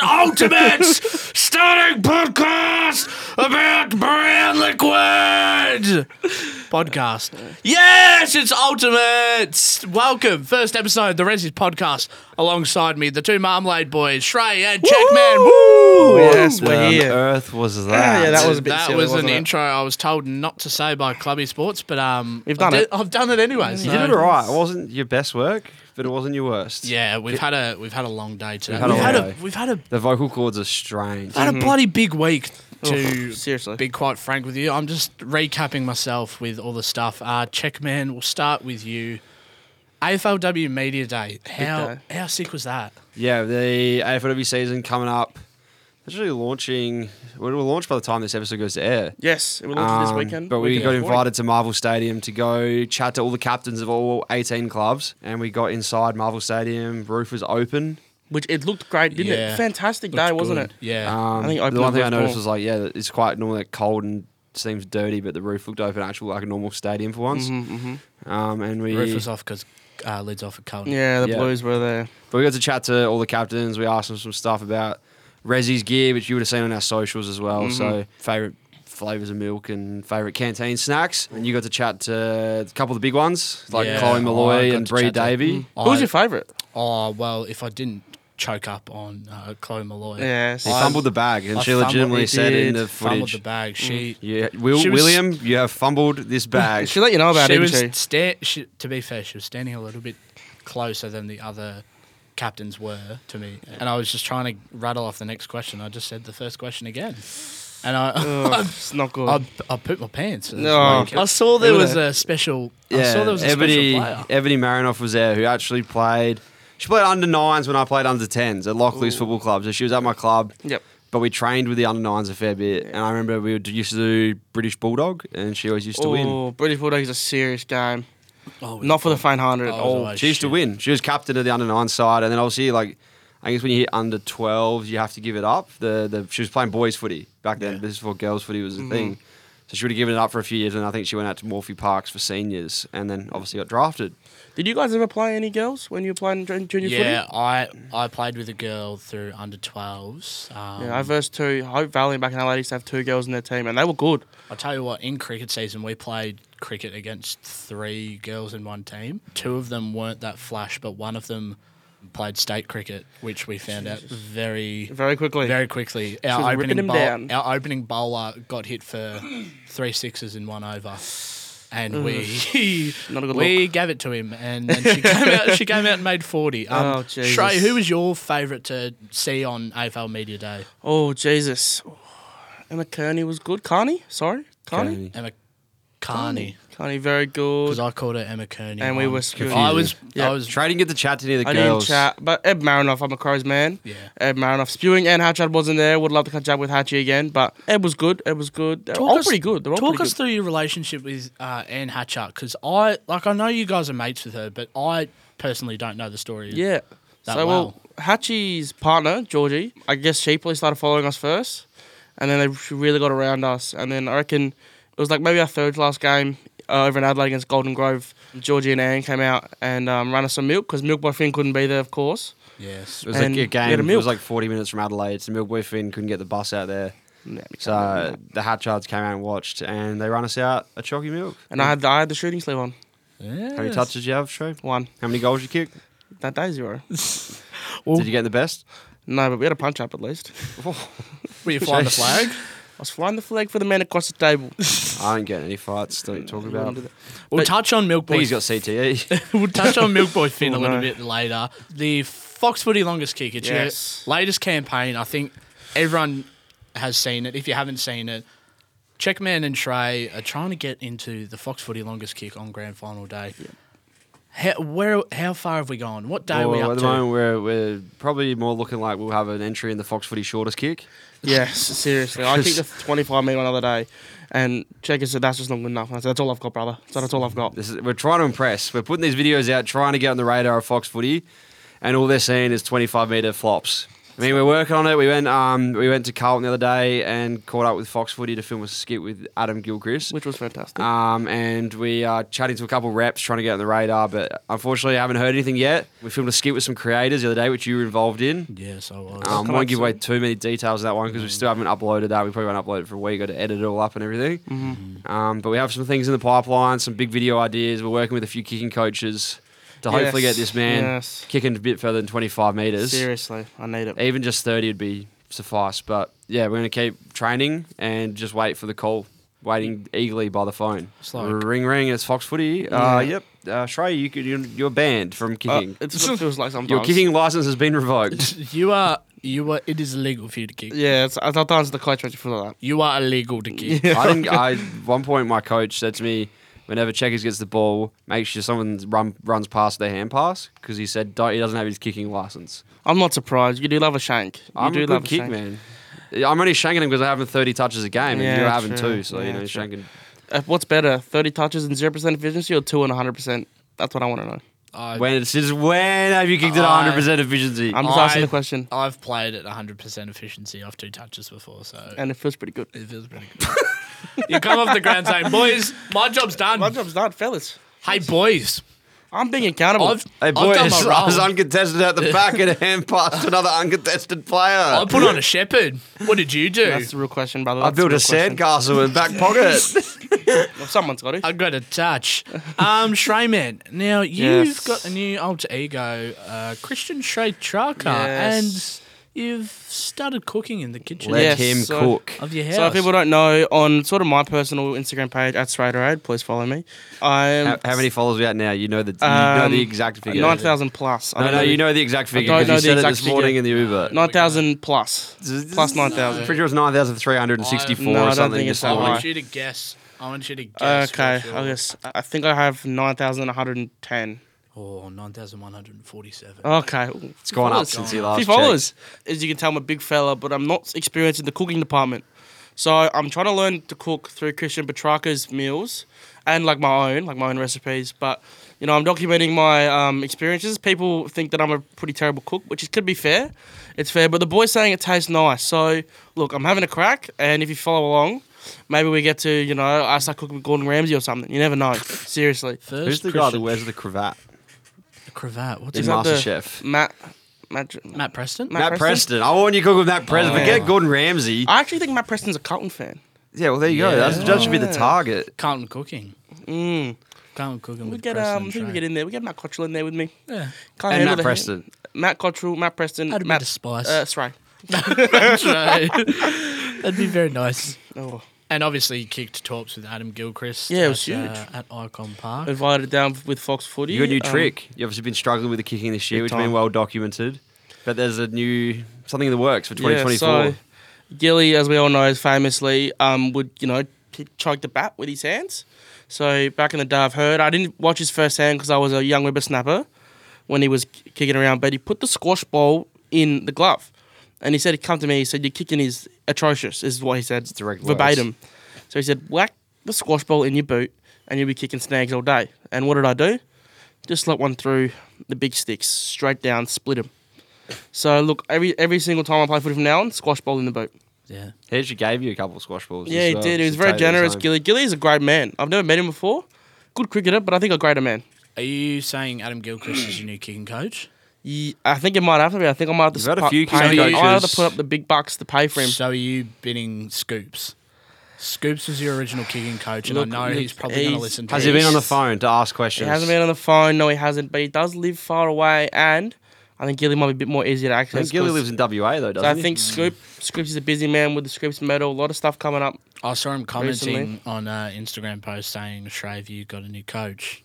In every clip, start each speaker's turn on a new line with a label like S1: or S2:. S1: Ultimate Starting Podcast about Brand Liquid podcast. Yes, it's Ultimate. Welcome, first episode of the Resi's podcast. Alongside me, the two Marmalade boys, Shrey and Checkman. Woo!
S2: Yes, we're
S3: on
S2: here.
S3: earth was that?
S2: yeah, that was a bit
S1: that
S2: silly,
S1: was an
S2: wasn't it?
S1: intro I was told not to say by Clubby Sports, but um,
S2: You've done
S1: I
S2: it.
S1: I've done it anyway.
S3: You
S1: so-
S3: did it all right. It wasn't your best work, but it wasn't your worst.
S1: Yeah, we've had a we've had a long day today.
S3: We've had a
S1: We've had
S3: long
S1: a
S3: day.
S1: we've had a
S3: The vocal cords are strange.
S1: had a bloody big week to
S2: Mm-hmm. Oof, seriously.
S1: be quite frank with you. I'm just recapping myself with all the stuff. Uh Checkman, we'll start with you. AFLW Media Day. How
S2: day.
S1: how sick was that?
S3: Yeah, the AFLW season coming up. Actually launching. It will launch by the time this episode goes to air.
S2: Yes, it will launch
S3: Um,
S2: this weekend.
S3: But we
S2: weekend
S3: got
S2: recording.
S3: invited to Marvel Stadium to go chat to all the captains of all 18 clubs, and we got inside Marvel Stadium. Roof was open.
S2: which it looked great, didn't
S1: Yeah.
S2: it? Fantastic
S1: Looked
S2: day, wasn't
S1: good.
S2: it?
S1: Yeah.
S3: Um,
S2: think open
S3: the one
S2: up
S3: thing I
S2: was
S3: noticed
S2: more.
S3: was like, yeah, it's quite normally like, cold and seems dirty, but the roof looked open, actual like a normal stadium for
S2: Mm-hmm.
S3: once.
S1: Mm-hmm.
S3: Um, and we
S1: Roof was off because uh, lids off at Carlton.
S2: Yeah, the
S3: Yeah.
S2: Blues were there.
S3: But we got to chat to all the captains. We asked them some stuff about Rezzy's gear, which you would have seen on our socials as well. So
S1: Mm-hmm.
S3: favorite flavors of milk and favorite canteen snacks. And you got to chat to a couple of the big ones like
S1: Yeah, Oh,
S3: Chloe
S1: I
S3: Malloy
S1: got
S3: and
S1: to
S3: Bree
S1: chat to- Mm.
S3: Davey.
S1: I-
S2: Who was Mm-hmm. your favourite?
S1: Oh well, if I didn't choke up on uh, Chloe Malloy.
S2: Yes.
S3: He
S2: I-
S3: fumbled the bag, and
S1: I
S3: she
S1: fumbled-
S3: legitimately
S2: he
S3: said in
S2: did.
S3: the
S1: Fumbled
S3: footage,
S1: the bag.
S2: Mm.
S1: She
S3: "Yeah, Will,
S1: She was-
S3: William, you have fumbled this bag."
S2: She let you know Oh, about
S1: she
S2: it,
S1: was
S2: didn't she?
S1: sta- she, to be fair, she was standing a little bit closer than the other captains were to me, and I was just trying to rattle off the next question. I just said the first question again, and I
S2: Ugh, it's not good.
S1: I, I pooped my pants.
S2: Oh. No.
S1: I saw there
S2: Look at
S1: was a special. I
S3: Yeah,
S1: saw there was a
S3: Ebony,
S1: special player.
S3: Ebony Marinoff was there, who actually played. She played under nines when I played under tens at Lockleys Football Club. So she was at my club.
S2: Yep.
S3: But we trained with the under nines a fair bit, and I remember we would, used to do British Bulldog, and she always used to win.
S2: Oh, British Bulldog is a serious game.
S1: Oh,
S2: Not for the faint-hearted
S1: Oh,
S2: at
S1: it was
S2: all.
S1: always-
S3: She used to
S1: shit.
S3: win. She was captain of the under nine side, and then obviously, like, I guess when you hit under 12s, you have to give it up. The the she was playing boys footy back then.
S1: Yeah.
S3: This is before girls footy was a
S2: Mm-hmm.
S3: thing. So she would have given it up for a few years, and I think she went out to Morphy Parks for seniors, and then obviously got drafted.
S2: Did you guys ever play any girls when you were playing jun- junior
S1: yeah, I I played with a girl through under 12s. Um,
S2: footy? Yeah, I versed two. Hope Valley back in LA used to have two girls in their team, and they were good.
S1: I'll tell you what, in cricket season, we played cricket against three girls in one team. Two of them weren't that flash, but one of them played state cricket, which we found out very,
S2: Very quickly.
S1: very quickly.
S2: was
S1: Our
S2: ripping
S1: opening,
S2: him
S1: bowl,
S2: down.
S1: our opening bowler got hit for three sixes in one over. And we
S2: Mm. Not a good
S1: we gave it to him, and then she came out. She came out and made forty. Um,
S2: Oh, Jesus.
S1: Shrey, who was your favourite to see on AFL Media Day?
S2: oh, Jesus. Emma Kearney was good. Carney? Sorry? Carney?
S3: Kearney.
S1: Emma Carney.
S2: Carney, very good.
S1: because I called her Emma Kearney.
S2: And we
S1: once.
S2: were
S3: Confusing.
S1: I was. I
S2: Yeah.
S1: was.
S3: Try didn't get to chat to any of the
S2: I
S3: girls.
S2: didn't chat, but Ed Marinoff, I'm a Crows man.
S1: Yeah.
S2: Ed Marinoff. Spewing and Hatchad wasn't there. Would love to catch up with Hatchie again, but Ed was good. Ed was good. They're all
S1: us-
S2: pretty good. They're all
S1: talk
S2: pretty
S1: us
S2: good.
S1: through your relationship with uh, Anne Hatchart, because I like. I know you guys are mates with her, but I personally don't know the story.
S2: yeah.
S1: that
S2: so,
S1: well.
S2: well, Hatchie's partner, Georgie, I guess she probably started following us first, and then they really got around us. And then I reckon it was like maybe our third last game uh, over in Adelaide against Golden Grove. Georgie and Anne came out and um, ran us some milk because Milk Boy Finn couldn't be there, of course.
S1: Yes.
S3: It was
S2: And
S3: like
S2: we
S3: a
S2: had a
S3: game. It
S2: milk.
S3: was like 40 minutes from Adelaide. So Milk Boy Finn couldn't get the bus out there. So the Hatchards came out and watched, and they ran us out a chalky milk.
S2: And I had the, I had the shooting sleeve on.
S1: Yes.
S3: How many touches did you have, Trey?
S2: One.
S3: How many goals you kick?
S2: That day, zero.
S3: Did you get the best?
S2: No, but we had a punch up at least.
S1: Were you flying the flag?
S2: I was flying the flag for the man across the table.
S3: I didn't get any fights. Don't talk about. I think
S1: We'll touch on Milk Boy.
S3: he's got E. CTE.
S1: we'll touch on Milk Boy Finn a
S2: Oh,
S1: little
S2: no.
S1: bit later. The Fox Footy longest kick. It's
S2: Yes.
S1: your latest campaign. I think everyone has seen it. If you haven't seen it. Checkman and Trey are trying to get into the Fox Footy longest kick on grand final day. How, where, how far have we gone? What day are we up
S3: Well, at the
S1: to?
S3: moment, we're, we're probably more looking like we'll have an entry in the Fox Footy shortest kick.
S2: Yes, seriously. I kicked a 25 meter another day, and Checker said, that's just not good enough. And I said, that's all I've got, brother. So that's all I've got.
S3: This is, we're trying to impress. We're putting these videos out, trying to get on the radar of Fox Footy, and all they're seeing is 25 meter flops. I mean, we're working on it. We went um, we went to Carlton the other day and caught up with Fox Footy to film a skit with Adam Gilchrist.
S2: which was fantastic.
S3: Um, and we are chatting to a couple reps trying to get on the radar, but unfortunately, I haven't heard anything yet. We filmed a skit with some creators the other day, which you were involved in.
S1: Yes, I was.
S3: Um,
S2: come
S3: won't
S2: up
S3: give
S2: soon.
S3: away too many details of that one because we still haven't uploaded that. We probably won't upload it for a week. Got to edit it all up and everything.
S2: Mm-hmm.
S3: Um, but we have some things in the pipeline, some big video ideas. We're working with a few kicking coaches to hopefully get
S2: Yes,
S3: this man
S2: yes.
S3: kicking a bit further than 25 meters.
S2: Seriously, I need it.
S3: Even just 30 would be suffice. But yeah, we're going to keep training and just wait for the call, waiting eagerly by the phone.
S1: It's like-
S3: ring, ring, it's Fox Footy. Uh, Yep. Uh, Shrey, you could, you're, you're banned from
S2: Uh,
S3: kicking.
S2: it's what it feels like sometimes.
S3: your kicking license has been revoked.
S1: you are. You are. It is illegal for you to kick.
S2: Yeah, it's, I thought answer the coach when you feel like
S1: You are illegal to kick.
S2: that.
S3: I think I one point my coach said to me, whenever Checkers gets the ball, make sure someone run, runs past their hand pass because he said don't, he doesn't have his kicking license.
S2: I'm not surprised. You do love a shank. You
S3: I'm a
S2: do love
S3: good kick
S2: shank.
S3: man. I'm only shanking him because I having 30 touches a game,
S2: Yeah,
S3: and you're having
S2: true.
S3: two. So you
S2: Yeah,
S3: know,
S2: true.
S3: shanking.
S2: Uh, What's better, 30 touches and 0% efficiency or 2 and 100%? That's what I want to know.
S1: I,
S3: When it's just when have you kicked it
S1: I-
S3: 100 percent efficiency?
S2: I'm just
S1: I-
S2: asking the question,
S1: I've played at 100% efficiency off two touches before, so
S2: and it feels pretty good.
S1: it feels pretty good. you come off the ground saying, boys, my job's done.
S2: My job's done, fellas.
S1: hey, boys,
S2: I'm being accountable.
S1: I've,
S3: Hey
S1: I've
S3: boy, I
S1: done my role.
S3: was uncontested out the back and a hand pass to another uncontested player.
S1: I put on a shepherd. What did you do?
S2: That's the real question, brother.
S3: I
S2: That's the
S3: built a
S2: real question.
S3: sandcastle in back pocket.
S2: Well, someone's got it.
S1: I got a touch. Um, Shreyman, now you've
S2: Yes.
S1: got a new alter ego, uh, Christian Shrey Tracker,
S2: Yes.
S1: and you've started cooking in the kitchen
S3: Let
S2: Yes,
S3: him
S2: so-
S3: cook.
S1: of your house.
S2: So if people don't know, on sort of my personal Instagram page at Sraderade, please follow me. I am
S3: How, how many followers we at now? You know the you know
S2: Um,
S3: the exact figure.
S2: nine thousand plus. I
S3: No,
S2: don't
S3: no, you know the exact figure
S2: don't
S3: because you
S2: know the
S3: said it
S2: exact
S3: this morning
S2: figure.
S3: in the Uber.
S2: nine thousand plus. plus 9,000.
S3: Pretty sure it was nine thousand three hundred and sixty-four
S2: No, I
S3: or
S2: don't
S3: something
S2: think
S3: this
S2: it's that
S1: I
S3: morning.
S2: high.
S1: want you to guess. I want you to guess.
S2: Okay,
S1: what
S2: I
S1: your-
S2: guess I think I have nine thousand one hundred and ten.
S1: Oh, 9,147.
S2: Okay,
S3: It's gone up
S1: Followers.
S3: since he
S1: Few
S3: last
S2: few
S3: checked.
S2: followers. As you can tell, I'm a big fella, but I'm not experienced in the cooking department. So I'm trying to learn to cook through Christian Petrarca's meals and like my own, like my own recipes. But you know, I'm documenting my um, experiences. People think that I'm a pretty terrible cook, which is, could be fair. It's fair, but the boy's saying it tastes nice. So look, I'm having a crack, and if you follow along, maybe we get to you know I start cooking with Gordon Ramsay or something. You never know. Seriously,
S1: First
S3: Who's the guy that
S1: Christian
S3: wears the cravat?
S1: cravat? What's
S3: In
S1: his
S2: that the-
S3: MasterChef.
S2: Matt, Matt, Matt.
S1: Matt Preston?
S2: Matt-
S3: Matt
S2: Preston?
S3: Preston. I warned you cook with Matt Preston.
S2: Oh.
S3: Forget Gordon Ramsay.
S2: I actually think Matt Preston's a Carlton fan.
S3: Yeah, well there you go.
S1: Yeah.
S3: That's, that should be the target.
S1: Carlton Cooking.
S2: Mm.
S1: Carlton Cooking
S2: We
S1: with
S2: get
S1: Preston
S2: um, I think we
S1: Shrey.
S2: get in there. We get Matt Cottrell in there with me.
S1: Yeah.
S3: And
S2: Can't handle
S3: Matt
S2: the-
S3: Preston.
S2: Matt Cottrell, Matt Preston,
S1: Add a
S2: Matt
S1: bit of spice.
S2: Uh, sorry.
S1: That's right. That'd be very nice.
S2: Oh,
S1: And obviously, you kicked torps with Adam Gilchrist.
S2: Yeah, it was
S1: at,
S2: huge.
S1: uh, at Icon Park.
S2: invited down with Fox Footy.
S3: You got a new
S2: um,
S3: trick. You've obviously been struggling with the kicking this year,
S2: Big
S3: which has been
S2: time.
S3: well documented. But there's a new something in the works for
S2: yeah,
S3: 2024.
S2: so Gilly, as we all know, famously um, would you know p- choke the bat with his hands. So back in the day, I've heard I didn't watch his first hand because I was a young whippersnapper when he was k- kicking around. But he put the squash ball in the glove, and he said he come to me. He said your kicking is atrocious, is what he said
S3: direct words.
S2: verbatim. So he said whack the squash ball in your boot, and you'll be kicking snags all day. And what did I do? Just let one through the big sticks straight down, split them. So look, every every single time I play footy from now on, squash ball in the boot.
S1: Yeah.
S3: He actually gave you a couple of squash balls.
S2: Yeah,
S3: as
S2: he
S3: well,
S2: did.
S3: to
S2: He was very
S3: take those
S2: generous.
S3: home.
S2: Gilly Gilly is a great man. I've never met him before. Good cricketer, but I think a greater man.
S1: Are you saying Adam Gilchrist is your new kicking coach?
S2: Ye- I think it might have to be. I think I might have to.
S3: You've had a
S2: sp-
S3: few
S2: pay-
S1: kicking
S2: I have to
S3: coaches.
S2: put up the big bucks to pay for him.
S1: So are you bidding Scoops? Scoops was your original kicking coach, and
S2: Look,
S1: I know
S2: look,
S1: he's probably going to
S2: he's-
S1: listen to
S3: Has
S1: this.
S3: he been on the phone to ask
S2: He
S3: questions?
S2: hasn't been on the phone. No, he hasn't. But he does live far away, and I think Gilly might be a bit more easy to
S3: I
S2: access.
S3: think Gilly
S2: 'cause-
S3: lives in WA though, doesn't
S2: so I
S3: he?
S2: think Scoop Scoops is a busy man with the Scoops medal. A lot of stuff coming up.
S1: I saw him commenting
S2: Recently.
S1: on uh, Instagram post saying, Shrave, you got a new coach.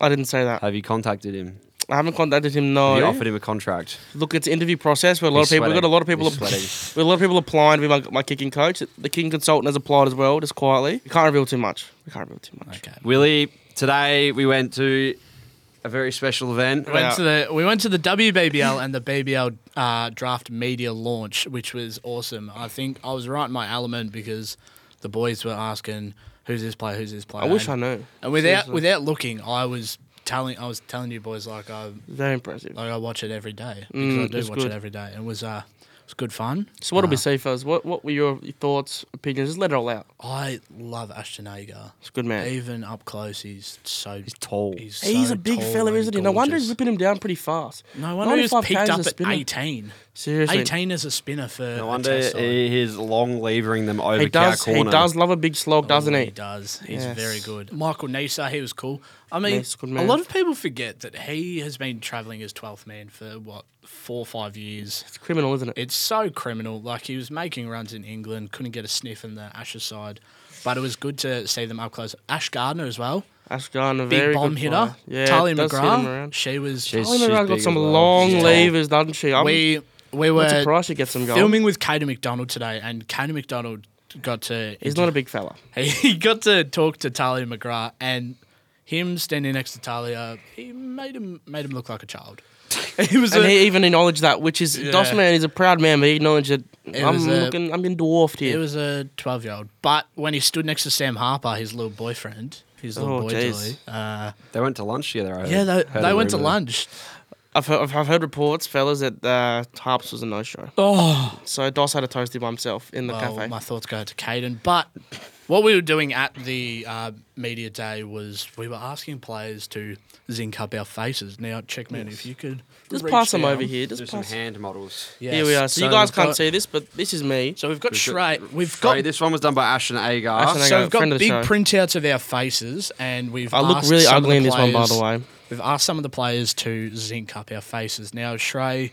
S2: I didn't say that.
S3: Have you contacted him?
S2: I haven't contacted him. No.
S3: Have you offered him a contract?
S2: Look, it's an interview process where Oh, a lot
S3: He's
S2: of people. We've got a lot of
S3: sweating.
S2: people.
S3: He's
S2: app-
S3: sweating.
S2: we've got a lot of people applying to be my, my kicking coach. The kicking consultant has applied as well, just quietly. We can't reveal too much. We can't reveal too much.
S1: Okay.
S3: Willie, today we went to a very special event.
S1: We went to the we went to the WBBL and the BBL uh, draft media launch, which was awesome. I think I was right in my element because the boys were asking who's this player, who's this player.
S2: I wish I
S1: and,
S2: knew.
S1: And without
S2: Seriously.
S1: without looking, I was telling I was telling you boys like I
S2: Very impressive.
S1: like I watch it every day because
S2: Mm,
S1: I do
S2: it's
S1: watch
S2: good.
S1: it every day. It was uh It's good fun.
S2: So what'll we see, fellas? What what were your thoughts, opinions? Just let it all out.
S1: Uh, I love Ashton Agar.
S2: It's a good man.
S1: Even up close, he's so
S3: He's tall.
S1: He's,
S2: He's
S1: so
S2: a big
S1: tall
S2: fella,
S1: and
S2: isn't he? No wonder he's
S1: gorgeous.
S2: ripping him down pretty fast.
S1: No wonder he's
S2: 95
S1: picked
S2: k's
S1: up
S2: a
S1: at
S2: spinner.
S1: eighteen.
S2: Seriously,
S1: Eighteen is a spinner for.
S3: No
S1: a
S3: wonder
S1: test side.
S3: he is long levering them over
S2: he does.
S3: cow
S2: He
S3: corner.
S2: does love a big slog, doesn't
S1: Oh,
S2: he?
S1: He does. He's
S2: Yes.
S1: very good. Michael Nisa, he was cool. I mean,
S2: Nice, good
S1: a
S2: man.
S1: lot of people forget that he has been travelling as 12th man for, what, four or five years.
S2: It's criminal, isn't it?
S1: It's so criminal. Like, he was making runs in England, couldn't get a sniff in the Asher side. But it was good to see them up close. Ash Gardner as well.
S2: Ashgarn, a
S1: Big
S2: very
S1: bomb
S2: good
S1: hitter.
S2: player. Yeah,
S1: Tali
S2: does hit him
S1: McGrath.
S2: around.
S1: She was.
S3: She's-
S2: Tali McGrath got
S3: big
S2: some
S3: as well.
S2: long
S3: She's tall.
S2: levers, doesn't she? I'm,
S1: we, we
S2: I'm
S1: were
S2: surprised she gets some goals.
S1: filming with Katie McDonald today, and Katie McDonald got to.
S2: He's not a big fella.
S1: he got to talk to Talia McGrath and him standing next to Talia, he made him made him look like a child. He was
S2: And
S1: a,
S2: he even acknowledged that, which is
S1: Yeah.
S2: Doss man is a proud man, but he acknowledged that I'm
S1: was a-
S2: looking, I'm getting dwarfed
S1: he
S2: here.
S1: was a twelve year old. But when he stood next to Sam Harper, his little boyfriend, his little
S2: Oh,
S1: boy
S2: jeez.
S1: toy, uh,
S3: They went to lunch together. I heard.
S1: yeah, they,
S3: Heard
S1: they
S3: a
S1: went to
S3: rumour.
S1: lunch.
S2: I've, heard, I've, I've heard reports, fellas, that uh, Harps was a no show.
S1: Oh,
S2: So Doss had a toasty by himself in the
S1: well,
S2: cafe.
S1: my thoughts go to Caden. But what we were doing at the uh, media day was we were asking players to zinc up our faces. Now, check man, if you could
S2: Just
S1: reach
S2: pass them
S1: down.
S2: over here.
S3: Do
S2: Just
S3: some
S2: pass.
S3: hand models.
S1: Yes.
S2: Here we are. So, you
S1: So
S2: guys
S1: we've
S2: can't
S1: got-
S2: see this, but this is me.
S1: So we've got
S3: We've
S1: Shrey.
S3: got-
S1: We've
S3: Sorry,
S1: got
S3: this one was done by Ashton Agar.
S2: Ashton Agar.
S1: So we've got
S2: friend of the
S1: big
S2: show.
S1: printouts of our faces, and we've.
S2: I look
S1: asked
S2: really
S1: some of
S2: ugly in
S1: the
S2: this one, by
S1: players-
S2: the way.
S1: We've asked some of the players to zinc up our faces. Now, Shrey,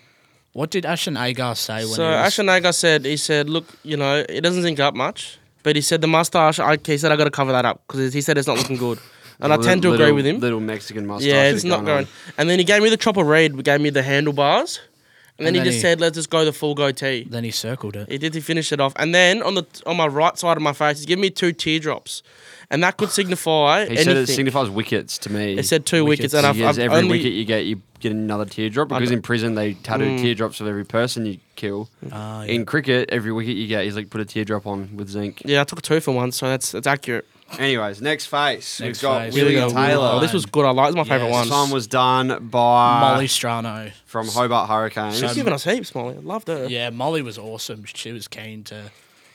S1: what did Ashton Agar say when
S2: So
S1: he was?
S2: Ashton Agar said, he said, look, you know, it doesn't zinc up much, but he said the mustache. I, he said I got to cover that up because he said it's not looking good, and I
S3: Little-
S2: tend to
S3: little,
S2: agree with him.
S3: Little Mexican mustache.
S2: yeah,
S3: is
S2: it's not
S3: going.
S2: going. And then he gave me the chopper read, gave me the handlebars, and then
S1: And
S2: he
S1: then
S2: just
S1: he-
S2: said, let's just go the full goatee.
S1: then he circled it.
S2: He did. He finished it off, and then on the on my right side of my face, he's giving me two teardrops, and that could signify
S3: He
S2: anything.
S3: said it signifies wickets to me.
S2: It said two
S1: Wickets.
S2: wickets, and I've,
S3: Because
S2: I've
S3: every
S2: only
S3: wicket you get, you get another teardrop. Because in prison, they tattoo
S2: Hmm.
S3: teardrops of every person you kill.
S2: Oh,
S1: Ah, yeah.
S3: In cricket, every wicket you get, he's like put a teardrop on with zinc.
S2: yeah, I took two for one, so that's that's accurate.
S3: Anyways, next face.
S1: Next
S3: We've got
S1: face.
S3: William
S1: Here we go, William
S3: Taylor.
S2: Oh, this was good. I like. It's my favorite
S1: Yes.
S2: one.
S3: This one was done by
S1: Molly Strano.
S3: from Hobart Hurricanes.
S2: She's giving us heaps, Molly. I loved her.
S1: Yeah, Molly was awesome. She was keen to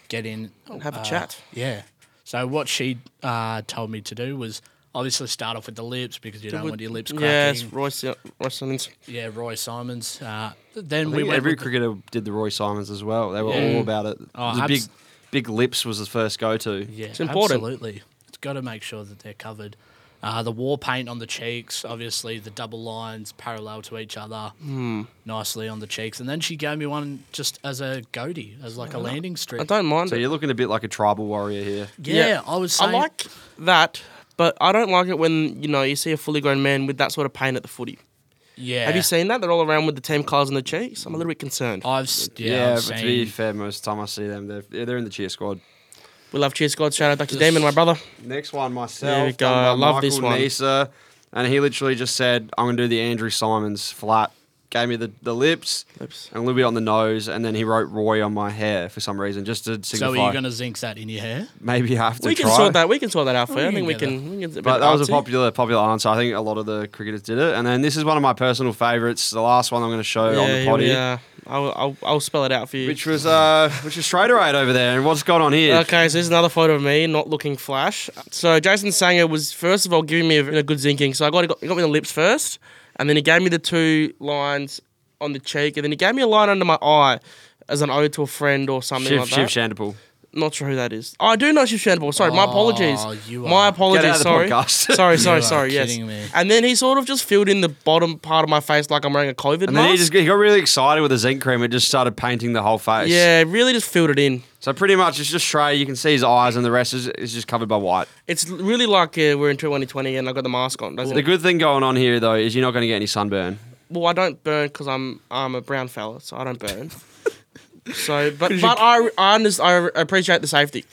S1: get in
S2: And have a
S1: uh,
S2: chat.
S1: Yeah. So what she uh, told me to do was obviously start off with the lips because you don't want your lips cracking.
S2: Yes, Royce, Royce Simmons.
S1: Yeah, Roy Simons. Uh, then
S3: I
S1: we
S3: think
S1: went
S3: every
S1: with the-
S3: cricketer did the Roy Simons as well. They were
S1: Yeah.
S3: all about it.
S1: Oh,
S3: the
S1: abs-
S3: big, big lips was the first go to.
S1: Yeah,
S2: It's important.
S1: absolutely. It's got to make sure that they're covered. Uh, the war paint on the cheeks, obviously the double lines parallel to each other,
S2: Hmm.
S1: nicely on the cheeks. And then she gave me one just as a goatee, as like a landing strip.
S2: I don't mind
S3: So
S2: it.
S3: you're looking a bit like a tribal warrior here.
S1: yeah,
S2: yeah.
S1: I was
S2: I
S1: saying.
S2: like that, but I don't like it when you know you see a fully grown man with that sort of pain at the footy.
S1: Yeah.
S2: Have you seen that? They're all around with the team colours on the cheeks. I'm a little bit concerned.
S1: I've s- yeah,
S3: Yeah,
S1: I've
S3: but to be
S1: seen.
S3: fair, most of the time I see them, they're, yeah, they're in the cheer squad.
S2: We love Cheers God. Shout out Dr. Damon, my brother.
S3: Next one, myself.
S2: There we go.
S3: done by
S2: I love this
S3: Michael
S2: one.
S3: Nisa, and he literally just said, "I'm going to do the Andrew Simons flat." Gave me the, the lips,
S2: Lips.
S3: and a little bit on the nose, and then he wrote Roy on my hair for some reason, just to
S1: So
S3: signify
S1: are you going to zinc that in your hair?
S3: maybe I have to
S2: We
S3: try.
S2: can sort that. We can sort that out for you. I
S1: We
S2: think
S1: can
S2: we
S1: get
S2: can. We can get a
S3: But
S2: bit
S3: that was a
S2: artsy.
S3: popular popular answer. I think a lot of the cricketers did it. And then this is one of my personal favourites. The last one I'm going to show
S2: Yeah,
S3: on the
S2: here
S3: potty,
S2: we are. I'll, I'll, I'll spell it out for you.
S3: which was uh, which is Straightaway over there. And what's going on here?
S2: Okay, so here's another photo of me not looking flash. So Jason Sanger was first of all giving me a, a good zinking. So I got, got he got me the lips first, and then he gave me the two lines on the cheek, and then he gave me a line under my eye as an ode to a friend or something
S3: Shiv
S2: like
S3: Shiv
S2: that.
S3: Shandapal.
S2: Not sure who that is. Oh, I do know Shiv Shandapal. Sorry, my
S1: Oh,
S2: apologies.
S1: you
S2: my
S1: are-
S2: apologies.
S3: Get out of the
S2: sorry.
S3: podcast.
S2: sorry,
S1: You
S2: sorry,
S1: are
S2: sorry. Yes.
S1: kidding me.
S2: And then he sort of just filled in the bottom part of my face like I'm wearing a COVID
S3: And
S2: mask.
S3: then he just he got really excited with the zinc cream and just started painting the whole face.
S2: yeah, really just filled it in.
S3: So pretty much it's just Stray. You can see his eyes, and the rest is, is just covered by white.
S2: It's really like uh, we're in 2020 and I got the mask on. Doesn't
S3: The
S2: it?
S3: good thing going on here though is you're not going to get any sunburn.
S2: well, I don't burn because I'm I'm a brown fella, so I don't burn. so, but but I I, under, I appreciate the safety.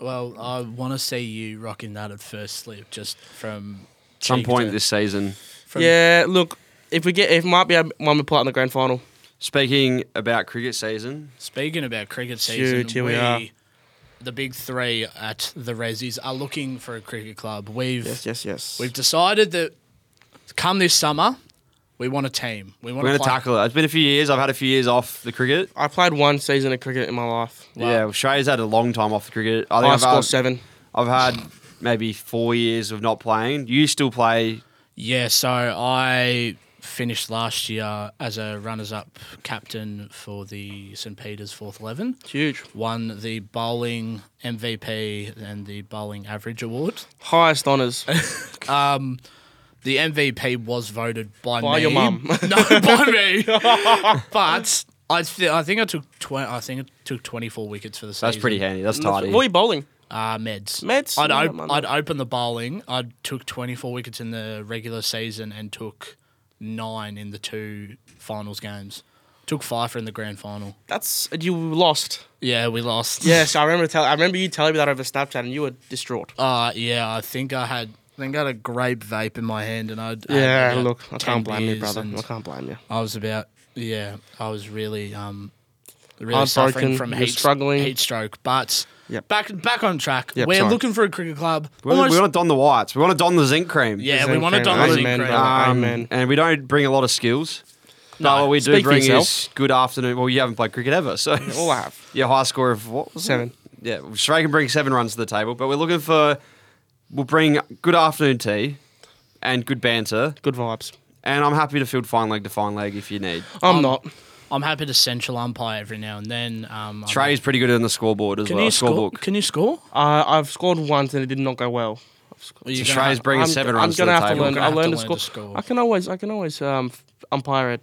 S1: Well, I want to see you rocking that at first slip, just from
S3: At some
S1: cheek
S3: point
S1: to-
S3: this season.
S1: from
S2: yeah, look, if we get, if might be able- when we play out in the grand final.
S3: Speaking about cricket season,
S1: Speaking about cricket season,
S2: Huge, here we
S1: we,
S2: are.
S1: the big three at the Rezies are looking for a cricket club. We've
S2: Yes, yes, yes.
S1: we've decided that come this summer, We want a team. We want
S3: We're
S1: to
S3: going to
S1: play.
S3: tackle it. It's been a few years. I've had a few years off the cricket.
S2: I played one season of cricket in my life.
S3: Yeah, Australia's had a long time off the cricket. I
S2: I,
S3: think I've,
S2: scored
S3: had,
S2: seven.
S3: I've had maybe four years of not playing. You still play.
S1: Yeah, so I finished last year as a runners-up captain for the St Peter's Fourth Eleven.
S2: It's huge.
S1: Won the bowling MVP and the bowling average award.
S2: Highest honours.
S1: Um, the MVP was voted by,
S2: By
S1: me.
S2: your mum.
S1: no, by me. but I, th- I think I took tw- I think it took twenty four wickets for the season.
S3: That's pretty handy. That's
S2: What
S3: tidy.
S2: are you bowling?
S1: Uh, meds.
S2: Meds?
S1: I'd,
S2: No,
S1: op-
S2: no, no.
S1: I'd open the bowling. I took 24 wickets in the regular season and took nine in the two finals games. Took five in the grand final.
S2: That's you lost.
S1: Yeah, we lost.
S2: Yes, I remember. Tell, I remember you telling me that over Snapchat, and you were distraught.
S1: Uh, yeah, I think I had. I think I had a grape vape in my hand, and I'd
S2: Yeah,
S1: had about
S2: look, I
S1: 10
S2: can't blame you,
S1: beers
S2: brother.
S1: and
S2: I can't blame you.
S1: I was about yeah, I was really um, really
S2: Heartbroken,
S1: suffering from
S2: you're
S1: heat
S2: struggling.
S1: heat stroke. But
S2: Yep.
S1: back back on track.
S2: Yep,
S1: We're
S2: sorry.
S1: looking for a cricket club.
S3: We want
S1: Almost-
S3: to don the whites. We want to don the zinc cream.
S1: yeah, we want to
S2: Zinc
S1: don
S2: cream.
S1: the
S2: Amen,
S1: zinc cream.
S2: brother.
S3: Um,
S2: Amen.
S3: And we don't bring a lot of skills. No, what we do
S2: Speak for
S3: bring
S2: yourself.
S3: is good afternoon. Well, you haven't played cricket ever, so
S2: All I have.
S3: your high score of what was it?
S2: Seven.
S3: Yeah, Shrey can bring seven runs to the table, but we're looking for we'll bring good afternoon tea and good banter,
S2: Good vibes.
S3: and I'm happy to field fine leg to fine leg if you need.
S2: I'm
S1: Um,
S2: not.
S1: I'm happy to central umpire every now and then. Um, I'm-
S3: Trey's pretty good on the scoreboard as
S1: can
S2: uh,
S3: well.
S1: you score?
S3: Scorebook.
S1: Can you score?
S2: I I've scored once, and it did not go well.
S1: Or you're
S3: So
S1: gonna
S3: Trey's
S1: have-
S3: bringing
S2: I'm,
S3: seven
S2: I'm
S3: runs to
S2: gonna
S3: the
S2: have to
S3: table.
S2: learn.
S1: You're
S2: I
S1: gonna have
S2: learned to
S1: to
S2: score.
S1: learn to score.
S2: I can always. I can always um, umpire at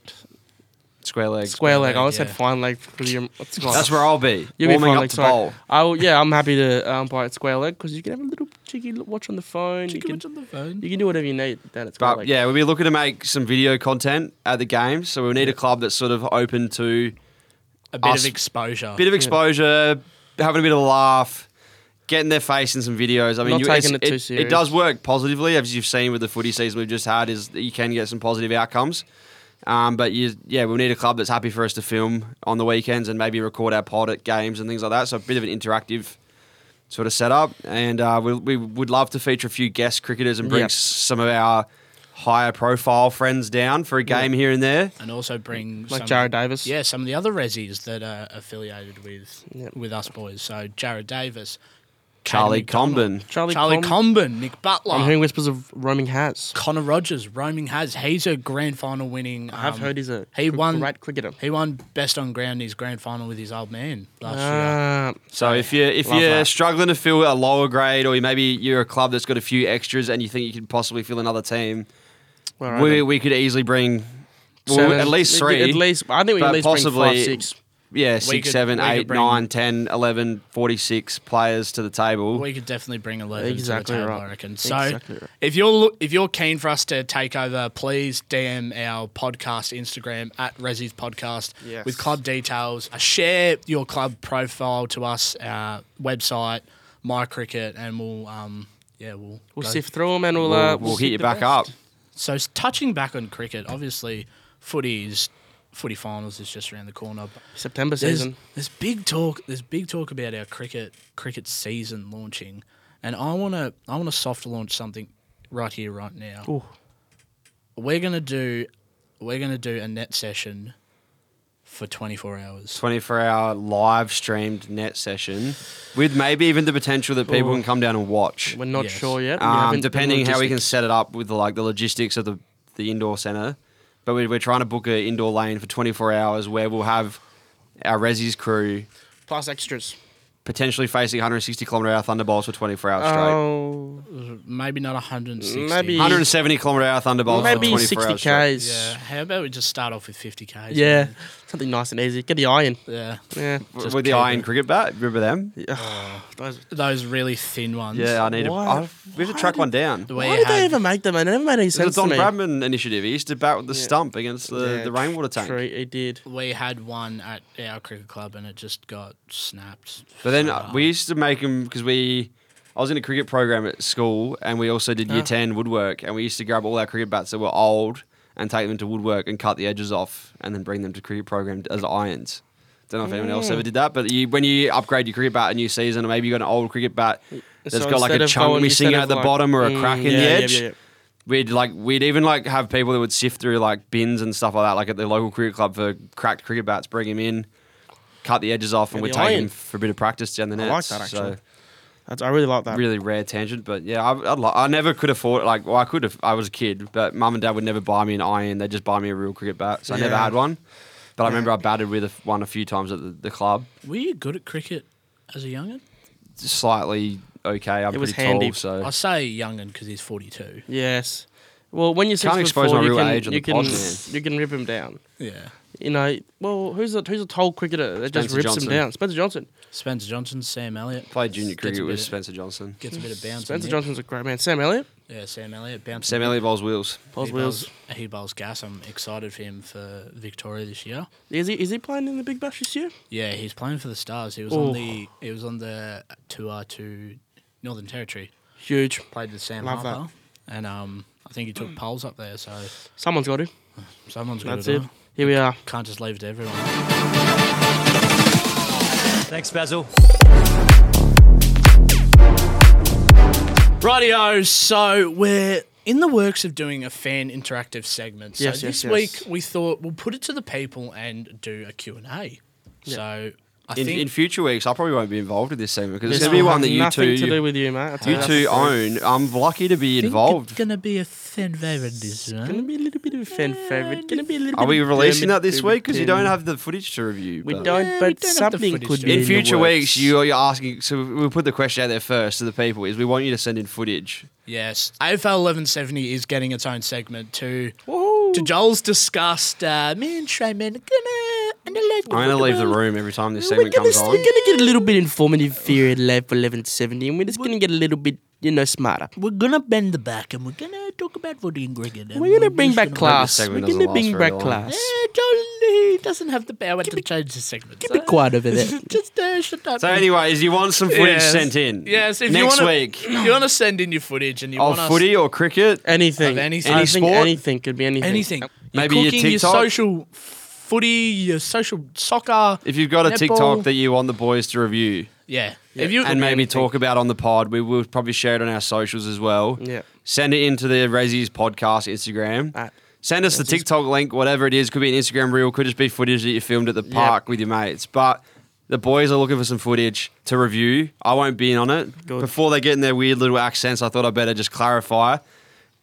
S3: Square leg.
S2: square leg. I always
S1: yeah.
S2: said fine leg. Because you're, it's fine.
S3: That's where I'll be.
S2: You'll be
S3: warming
S2: fine
S3: up
S2: leg,
S3: to
S2: sorry.
S3: bowl.
S2: I will, yeah, I'm happy to um, buy at square leg because you can have a little cheeky little watch on the phone.
S1: Chicken
S2: you, can,
S1: wings on the phone.
S2: you can do whatever you need down at square
S3: But
S2: leg.
S3: yeah, we'll be looking to make some video content at the game, so we need a club that's sort of open to
S1: A bit
S3: us-
S1: of exposure.
S2: Oh,
S3: bit of exposure, having a bit of a laugh, getting their face in some videos. I mean,
S2: Not
S3: you,
S2: taking
S3: it's-
S2: it too
S3: It
S2: serious.
S3: does work positively, as you've seen with the footy season we've just had, is that you can get some positive outcomes. Um, but you, yeah, we need a club that's happy for us to film on the weekends and maybe record our pod at games and things like that. So a bit of an interactive sort of setup, and uh, we, we would love to feature a few guest cricketers and bring
S2: Yeah.
S3: s- some of our higher profile friends down for a game here and there.
S1: and also bring
S2: Like
S1: some-
S2: Jared Davis.
S1: Yeah, some of the other resis that are affiliated with
S2: Yep.
S1: with us boys. So Jared Davis,
S3: Charlie
S1: Caden McDonald,
S3: Comben.
S2: Charlie,
S1: Charlie
S2: Com-
S1: Comben, Nick Butler,
S2: I'm hearing whispers of roaming hats.
S3: Um,
S1: Connor Rogers, roaming has. He's a grand final winning.
S2: I have
S1: um,
S2: heard he's a
S1: he
S2: cr-
S1: won-
S2: great cricketer.
S1: He won best on ground in his grand final with his old man last year.
S2: Ah,
S3: So if you if
S2: Love
S3: you're
S2: that.
S3: struggling to fill a lower grade, or you- maybe you're a club that's got a few extras and you think you could possibly fill another team,
S2: all right
S3: we,
S2: then.
S3: we could easily bring well,
S2: Seven.
S3: at least
S2: We could
S3: three,
S2: At least I think we can
S3: but
S2: at least
S3: possibly
S2: bring five, six.
S3: yeah,
S1: We
S3: six,
S1: could-
S3: seven,
S1: we could
S3: eight,
S1: bring-
S3: nine, ten, eleven, forty-six players to the table.
S1: We could definitely bring eleven to
S2: Exactly
S1: the table,
S2: right.
S1: I reckon. So,
S2: Exactly right.
S1: if you're lo- if you're keen for us to take over, please DM our podcast Instagram at Resi's Podcast
S2: Yes.
S1: with club details. Uh, Share your club profile to us, our website, My Cricket, and we'll um yeah we'll
S2: We'll
S1: go.
S2: sift through them and we'll
S3: we'll,
S2: uh,
S3: we'll hit
S2: pick
S3: you
S2: the
S3: back
S2: best.
S3: up.
S1: So s- touching back on cricket, obviously, footy is footy finals is just around the corner. But
S2: September
S1: there's,
S2: season.
S1: there's big talk. There's big talk about our cricket cricket season launching, and I wanna I wanna soft launch something right here, right now.
S2: Ooh.
S1: We're gonna do we're gonna do a net session for 24 hours.
S3: Twenty-four hour live streamed net session with maybe even the potential that people
S2: Ooh.
S3: can come down and watch.
S2: We're not
S1: Yes.
S2: sure yet. We
S3: um,
S2: haven't-
S3: depending how we can
S2: logistics.
S3: set it up with the, like the logistics of the, the indoor center. But we, we're trying to book an indoor lane for 24 hours where we'll have our Resi's crew
S2: plus extras.
S3: potentially facing 160 kilometer hour thunderbolts for 24 hours straight.
S2: Oh,
S1: Maybe not 160.
S2: Maybe-
S3: 170 kilometer hour thunderbolts
S2: maybe
S3: for 24
S2: 60
S3: hours straight.
S2: k's.
S1: Yeah. How about we just start off with 50 k?
S2: Yeah, something nice and easy. Get the iron.
S1: Yeah.
S2: Yeah.
S1: Just
S3: With the
S1: keep
S3: iron
S1: it.
S3: cricket bat, remember them?
S2: Those-
S1: Those really thin ones.
S3: Yeah, I need to.
S2: Why-
S3: I- We have to track one down.
S1: Where
S2: Why
S1: you
S2: did they
S1: had-
S2: ever make them? It never made any
S3: It was
S2: sense
S3: a Don
S2: to me.
S3: Bradman initiative. He used to bat with the
S2: Yeah.
S3: stump against the,
S2: Yeah,
S3: the rainwater tank.
S2: True, it did.
S1: we had one at our cricket club and it just got snapped.
S3: But then
S1: So,
S3: uh, we used to make them because we. I was in a cricket program at school, and we also did year
S2: Ah.
S3: ten woodwork, and we used to grab all our cricket bats that were old and take them to woodwork and cut the edges off, and then bring them to cricket program as irons. Don't know if anyone
S2: Mm.
S3: else ever did that, but you, when you upgrade your cricket bat a new season, or maybe you got an old cricket bat that's
S2: So
S3: got like
S2: instead
S3: a
S2: of
S3: chunk
S2: going-
S3: missing
S2: instead
S3: out
S2: of
S3: the
S2: like-
S3: bottom or a
S2: Mm,
S3: crack in
S2: yeah,
S3: the
S2: yeah,
S3: edge,
S2: yeah, yeah.
S3: We'd like we'd even like have people that would sift through like bins and stuff like that, like at the local cricket club for cracked cricket bats, bring him in, cut the edges off, and
S2: Yeah,
S3: we'd
S2: the
S3: take him
S2: iron.
S3: for a bit of practice down the
S2: I
S3: net.
S2: like that actually. That's, I really like that.
S3: really rare tangent, but yeah, I, I'd li- I never could afford like well, I could have. I was a kid, but mum and dad would never buy me an iron. They just buy me a real cricket bat, so I never
S2: Yeah.
S3: had one. But I remember I batted with a f one a few times at the, the club,
S1: Were you good at cricket as a young'un?
S3: slightly okay. I'm
S2: It was
S3: pretty
S2: handy.
S3: tall, so
S1: I say young'un because he's 42.
S2: Yes. Well, when you're six
S3: Can't
S2: foot
S3: expose
S2: four,
S3: my
S2: you
S3: real
S2: can,
S3: age on
S2: you
S3: the
S2: can
S3: pod, man.
S2: you can rip him down.
S1: Yeah.
S2: You know, well, who's a who's a tall cricketer that just
S3: Spencer
S2: rips
S3: Johnson.
S2: him down? Spencer Johnson.
S1: Spencer Johnson, Sam Elliott.
S3: played junior
S1: Gets a
S3: cricket
S1: bit
S3: with
S1: of-
S3: Spencer Johnson.
S1: Gets a bit of bounce. in
S2: Spencer
S1: there.
S2: Johnson's a great man. Sam Elliott,
S1: Yeah, Sam Elliott. Bounce.
S3: Sam Elliott bowls wheels.
S2: Paul's
S1: he
S2: wheels.
S1: Bowls, he bowls gas. I'm excited for him for Victoria this year.
S2: Is he is he playing in the Big Bash this year?
S1: Yeah, he's playing for the Stars. He was
S2: Oh.
S1: on the he was on the tour to Northern Territory.
S2: Huge.
S1: Played with Sam
S2: Love
S1: Harper, and um, I think he took poles up there. So
S2: Someone's got him.
S1: someone's got
S2: That's
S1: to
S2: it.
S1: do it.
S2: Here we are.
S1: Can't just leave it to everyone.
S4: Thanks, Basil.
S1: Rightio, so we're in the works of doing a fan interactive segment. So
S2: Yes,
S1: this
S2: yes, yes.
S1: week we thought we'll put it to the people and do a Q&A. So I
S3: In,
S1: think
S3: in future weeks, I probably won't be involved in this segment because it's
S2: This
S3: going to be
S2: will
S3: one
S2: have
S3: that you
S2: nothing
S3: two
S2: to do
S3: you,
S2: with you, mate.
S3: you two own. I'm lucky to be involved.
S1: it's going to be a fan favorite this
S2: Gonna be a little bit of a fan favorite. Gonna be a little.
S3: Are
S2: bit
S3: we
S2: of
S3: releasing
S2: Dermot
S3: that this week? Because you don't
S2: Doom.
S3: have the footage to review.
S2: We
S3: but-
S2: don't,
S1: Yeah, we
S2: but
S1: don't have the
S2: something
S1: footage
S2: could
S1: yet.
S2: be
S1: in
S3: in
S2: the
S3: future
S2: works.
S3: weeks, you, you're asking. So we'll put the question out there first to the people: is we want you to send in footage.
S1: Yes. AFL 1170 is getting its own segment to
S2: Woohoo.
S1: to Joel's discussed uh, me and Shayman are gonna analyze
S3: I'm going to leave the room every time this segment comes
S2: We're
S3: on.
S2: gonna get a little bit informative here at Lab 1170, and we're just gonna get a little bit, you know, smarter.
S1: We're gonna bend the back and we're gonna talk about what the ingredient. and
S2: We're gonna
S1: just
S2: bring back class. We're
S3: segment
S2: gonna
S3: doesn't
S2: bring
S3: last very
S2: back
S3: long.
S1: Uh,
S2: class.
S1: Joel he doesn't have the power to change the segment. so-
S2: quiet over there.
S1: Just uh, shut up.
S3: So, anyways, you want some footage
S1: Yes.
S3: sent in?
S1: Yes, if you
S3: next
S1: wanna-
S3: week
S1: you want to send in your footage and you
S3: of
S1: want us
S3: footy or cricket.
S2: Anything.
S1: Of anything.
S2: I
S3: Any
S2: think
S3: sport?
S2: anything could be anything.
S1: anything, your
S3: Maybe your
S1: cooking, your
S3: TikTok.
S1: social footy, your social soccer.
S3: If you've got a
S1: Netball.
S3: TikTok that you want the boys to review
S1: Yeah, if you
S3: and maybe
S2: anything.
S3: talk about on the pod, we will probably share it on our socials as well.
S2: Yeah.
S3: Send it into the Razies podcast Instagram.
S2: At-
S3: Send us the TikTok link, whatever it is. Could be an Instagram reel, could just be footage that you filmed at the park with your mates. But the boys are looking for some footage to review. I won't be in on it.
S2: Good.
S3: Before they get in their weird little accents, I thought I better just clarify.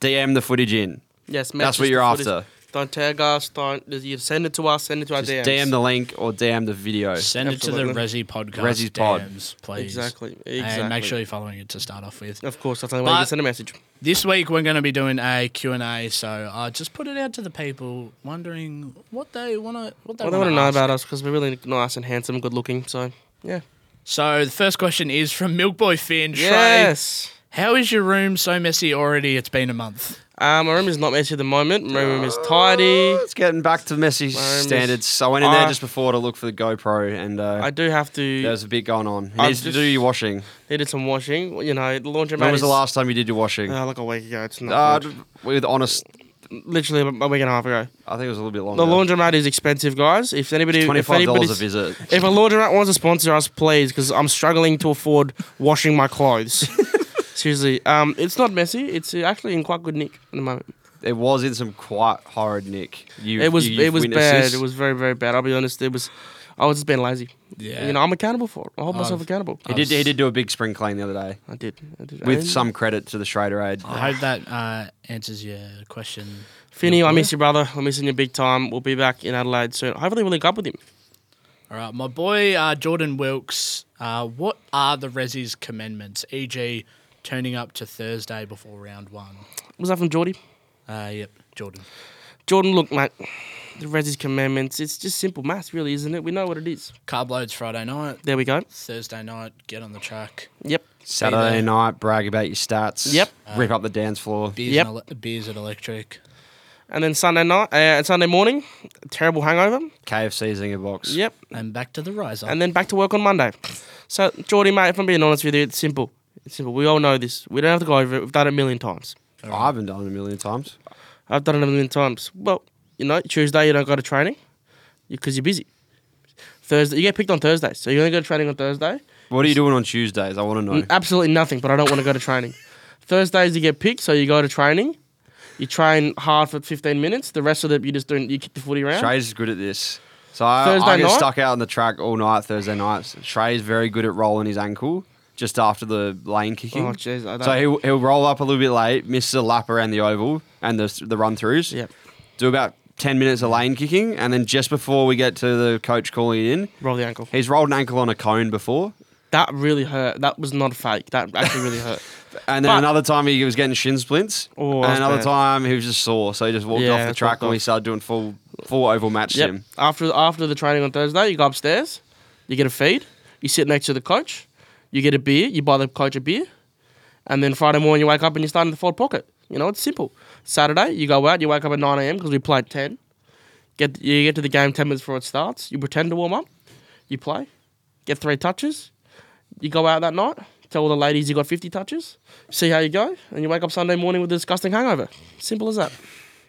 S3: DM the footage in.
S2: Yes, mate.
S3: That's what you're after.
S2: Don't tag us. Don't you send it to us. Send it to our
S3: Just
S2: DMs.
S3: DM the link or DM the video.
S1: send it to the
S2: Absolutely.
S1: Resi podcast,
S3: Resi pod.
S1: DMs, please.
S2: Exactly,
S1: And
S2: exactly.
S1: make sure you're following it to start off with.
S2: Of course, that's the only way you
S1: But-
S2: can send a message.
S1: This week we're going to be doing a Q and A, so I just put it out to the people wondering what they want to what they
S2: Well, they
S1: want to
S2: know about us because we're really nice and handsome, good looking. So yeah.
S1: So the first question is from Milkboy Finn. Trey,
S2: Yes.
S1: how is your room so messy already? It's been a month.
S2: Um, my room is not messy at the moment. My room is tidy.
S3: It's getting back to messy
S2: Rome is-
S3: standards. I went in there
S2: I-
S3: just before to look for the GoPro, and uh,
S2: I do have
S3: there
S2: to.
S3: was a bit going on. You
S2: I've
S3: needs to
S2: just-
S3: do your washing.
S2: They did some washing. You know, the laundromat.
S3: When was
S2: is-
S3: the last time you did your washing?
S2: Uh, like a week ago. It's
S3: Uh,
S2: not. good.
S3: with honest,
S2: Literally a a week and a half ago.
S3: I think it was a little bit longer.
S2: The laundromat is expensive, guys. If anybody,
S3: twenty
S2: if
S3: five Oh, dollars a visit.
S2: anybody's, if a laundromat wants to sponsor us, please, because I'm struggling to afford washing my clothes. Seriously, um, it's not messy. It's actually in quite good nick at the moment.
S3: It was in some quite horrid nick. You,
S2: It was,
S3: you,
S2: it was
S3: witnessed
S2: bad.
S3: this.
S2: It was very, very bad. I'll be honest. It was, I was just being lazy.
S1: Yeah.
S2: You know, I'm accountable for it. I hold myself
S1: I've-
S2: accountable.
S3: He
S2: I,
S3: Oh, did. He did do a big spring clean the other day,
S2: did. I did. I
S3: with
S2: didn't-
S3: some credit to the Schrader aid.
S1: I hope that uh, answers your question.
S2: Finny, I miss you, brother. I'm missing you big time. We'll be back in Adelaide soon. Hopefully, we'll link up with him.
S1: All right, my boy uh, Jordan Wilkes. Uh, what are the Resi's commandments? E.g., turning up to Thursday before round one.
S2: Was that from Geordie?
S1: Uh, yep, Jordan.
S2: Jordan, look, mate. The Resi's commandments. It's just simple maths, really, isn't it? We know what it is.
S1: Carb loads Friday night,
S2: There we go.
S1: Thursday night. Get on the track.
S2: Yep.
S3: Saturday
S1: there.
S3: night, brag about your stats.
S2: Yep.
S3: Rip up the dance floor.
S1: Beers,
S2: Yep.
S1: and ele- beers at Electric.
S2: And then Sunday night, uh, and Sunday morning, terrible hangover.
S3: KFC's in your box.
S2: Yep.
S1: And back to the riser.
S2: And then back to work on Monday. So, Geordie, mate, if I'm being honest with you, it's simple. It's simple. We all know this. We don't have to go over it. We've done it a million times.
S3: I haven't done it a million times.
S2: I've done it a million times. Well, you know, Tuesday you don't go to training because you're busy. Thursday you get picked on Thursday, so you only go to training on Thursday.
S3: What are you doing on Tuesdays? I want to know.
S2: Absolutely nothing, but I don't want to go to training. Thursdays you get picked, so you go to training. You train hard for 15 minutes. The rest of it, you just don't. You kick the footy around.
S3: Trey's good at this. So I,
S2: Thursday
S3: I get
S2: night?
S3: stuck out on the track all night Thursday nights. Trey's very good at rolling his ankle just after the lane kicking.
S2: Oh, jeez, I don't-
S3: so he'll, he'll roll up a little bit late, misses a lap around the oval and the, the run throughs.
S2: Yep.
S3: Do about 10 minutes of lane kicking. And then just before we get to the coach calling in,
S2: Roll the ankle.
S3: he's rolled an ankle on a cone before.
S2: That really hurt. That was not a fake. That actually really hurt.
S3: And then
S2: But-
S3: another time he was getting shin splints.
S2: Oh,
S3: and
S2: that's
S3: another
S2: bad.
S3: time he was just sore. So he just walked
S2: Yeah,
S3: off the
S2: it's
S3: track
S2: walked
S3: and we
S2: off.
S3: started doing full full oval match
S2: Yep.
S3: sim.
S2: After after the training on Thursday, you go upstairs, you get a feed, you sit next to the coach, you get a beer, you buy the coach a beer, and then Friday morning you wake up and you start in the forward pocket. You know, it's simple. Saturday, you go out, you wake up at 9 a.m. because we played 10. Get You get to the game 10 minutes before it starts. You pretend to warm up. You play. Get three touches. You go out that night. Tell all the ladies you got 50 touches. See how you go. And you wake up Sunday morning with a disgusting hangover. Simple as that.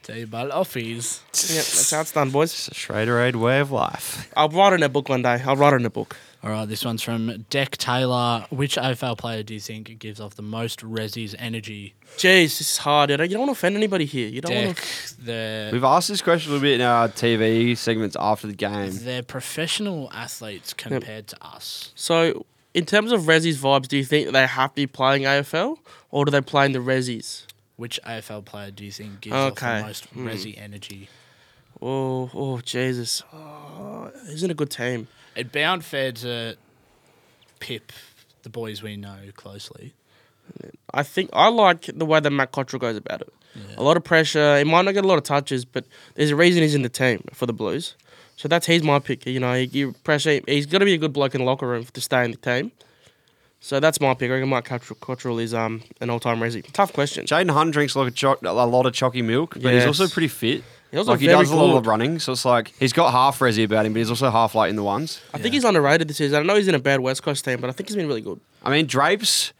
S1: Tell you about offies.
S2: Yep, that's how it's done, boys.
S3: It's a Schraderade way of life.
S2: I'll write in a book one day. I'll write in a book.
S1: All right, this one's from Deck Taylor. Which AFL player do you think gives off the most Rezzy's energy?
S2: Jeez, this is hard. You don't, you don't want to offend anybody here. You don't want
S1: Deck,
S2: to.
S1: the
S3: We've asked this question a little bit in our TV segments after the game.
S1: they're professional athletes compared to us.
S2: So, in terms of Rezzy's vibes, do you think they have to be playing AFL or do they play in the Rezzies?
S1: Which AFL player do you think gives off
S2: Okay. Hmm.
S1: the most Rezzy energy?
S2: Oh, oh, Jesus. Oh, isn't a good team.
S1: It bound fair to Pip, the boys we know closely.
S2: I think I like the way that Matt Cottrell goes about it. A lot of pressure. He might not get a lot of touches, but there's a reason he's in the team for the Blues. So that's he's my pick. You know, he, you pressure. He's got to be a good bloke in the locker room to stay in the team. So that's my pick. I reckon Mike Cottrell, Cottrell is um an all-time Rezzy. Tough question.
S3: Jaden Hunt drinks like a, choc- a lot of chalky milk, but he's
S2: Yes.
S3: also pretty fit.
S2: He was
S3: like he
S2: very
S3: does a lot of
S2: good.
S3: running, so it's like he's got half resi about him, but he's also half light in the ones.
S2: I think he's underrated this season. I know he's in a bad West Coast team, but I think he's been really good.
S3: I mean, Drapes,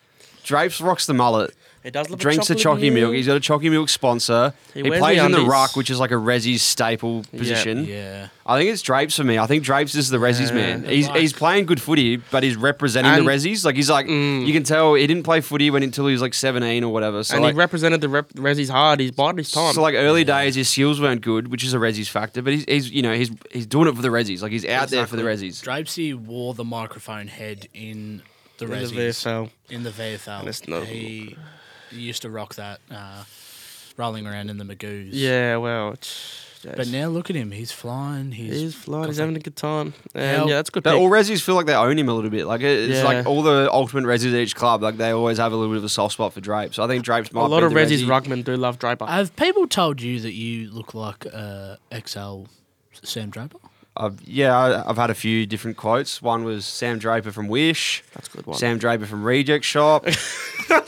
S3: Drapes rocks the mullet,
S2: He does look
S3: drinks the chalky milk. He's got a chalky milk sponsor. He,
S2: He wears
S3: plays
S2: the
S3: in the
S2: undies.
S3: ruck, which is like a resi staple position.
S2: Hmm.
S1: Yeah.
S3: I think it's Drapes for me. I think Drapes is the Resi's man. He's,
S1: Like-
S3: he's playing good footy, but he's representing
S2: And- Mm.
S3: the Resi's. Like he's like you can tell he didn't play footy when until he was like seventeen or whatever. So
S2: and
S3: like,
S2: he represented the rep- Rezzies hard. He's bided his time.
S3: so like early days, his skills weren't good, which is a Resi's factor. But he's, he's you know he's he's doing it for the Resi's. Like he's out there for the Resi's.
S1: Drapesy wore the microphone head in the
S2: In the
S1: Rezzies.
S2: VFL.
S1: In the VFL.
S2: And it's not-
S1: he used to rock that uh, rolling around in the Magoos.
S2: yeah, well, it's-
S1: But now look at him. He's flying. He's,
S2: he's flying. He's
S1: got
S2: having a good time. And
S1: How-
S2: yeah, that's a good.
S3: But
S2: pick.
S3: all Resi's feel like they own him a little bit. Like it- it's
S2: Yeah.
S3: like all the ultimate Resi's at each club. Like they always have a little bit of a soft spot for Drapes. So I think Drapes might
S2: a lot
S3: be
S2: of
S3: the
S2: Rezzies
S3: Resi.
S2: ruckmen do love Draper.
S1: Have people told you that you look like uh, XL Sam Draper?
S3: I've, yeah, I- I've had a few different quotes. One was Sam Draper from Wish.
S2: That's a good one.
S3: Sam Draper from Reject Shop.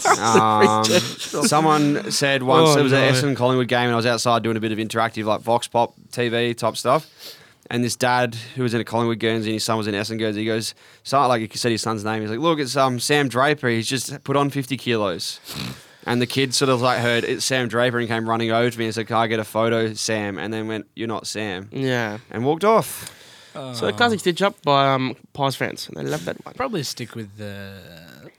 S3: um, someone said once
S2: Oh,
S3: it was an
S2: no.
S3: Essendon Collingwood game, and I was outside doing a bit of interactive like Vox Pop TV type stuff. And this dad who was in a Collingwood Guernsey and his son was in Essendon Guernsey, he goes, son, like he said his son's name. He's like, look, it's um, Sam Draper. He's just put on 50 kilos. And the kid sort of like heard it's Sam Draper and came running over to me and said, can I get a photo, Sam? And then went, you're not Sam.
S2: Yeah.
S3: And walked off. Oh.
S2: So a classic stitch up by um, Pies fans. They love that one.
S1: Probably stick with the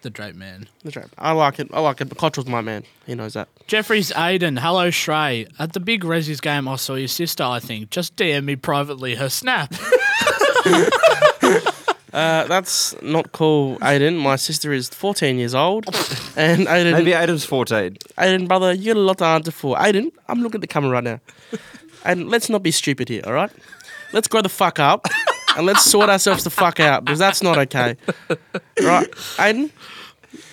S1: the Drape man.
S2: That's right. I like it. I like it. But Cottrell's my man. He knows that.
S1: Jeffrey's Aiden. Hello, Shrey. At the big Rezzies game, I saw your sister, I think. Just DM me privately her snap.
S2: Uh, that's not cool, Aiden. My sister is 14 years old, and Aiden.
S3: Maybe Adam's 14.
S2: Aiden, brother, you got a lot to answer for. Aiden, I'm looking at the camera right now. And let's not be stupid here, all right? Let's grow the fuck up and let's sort ourselves the fuck out because that's not okay. Right, Aiden?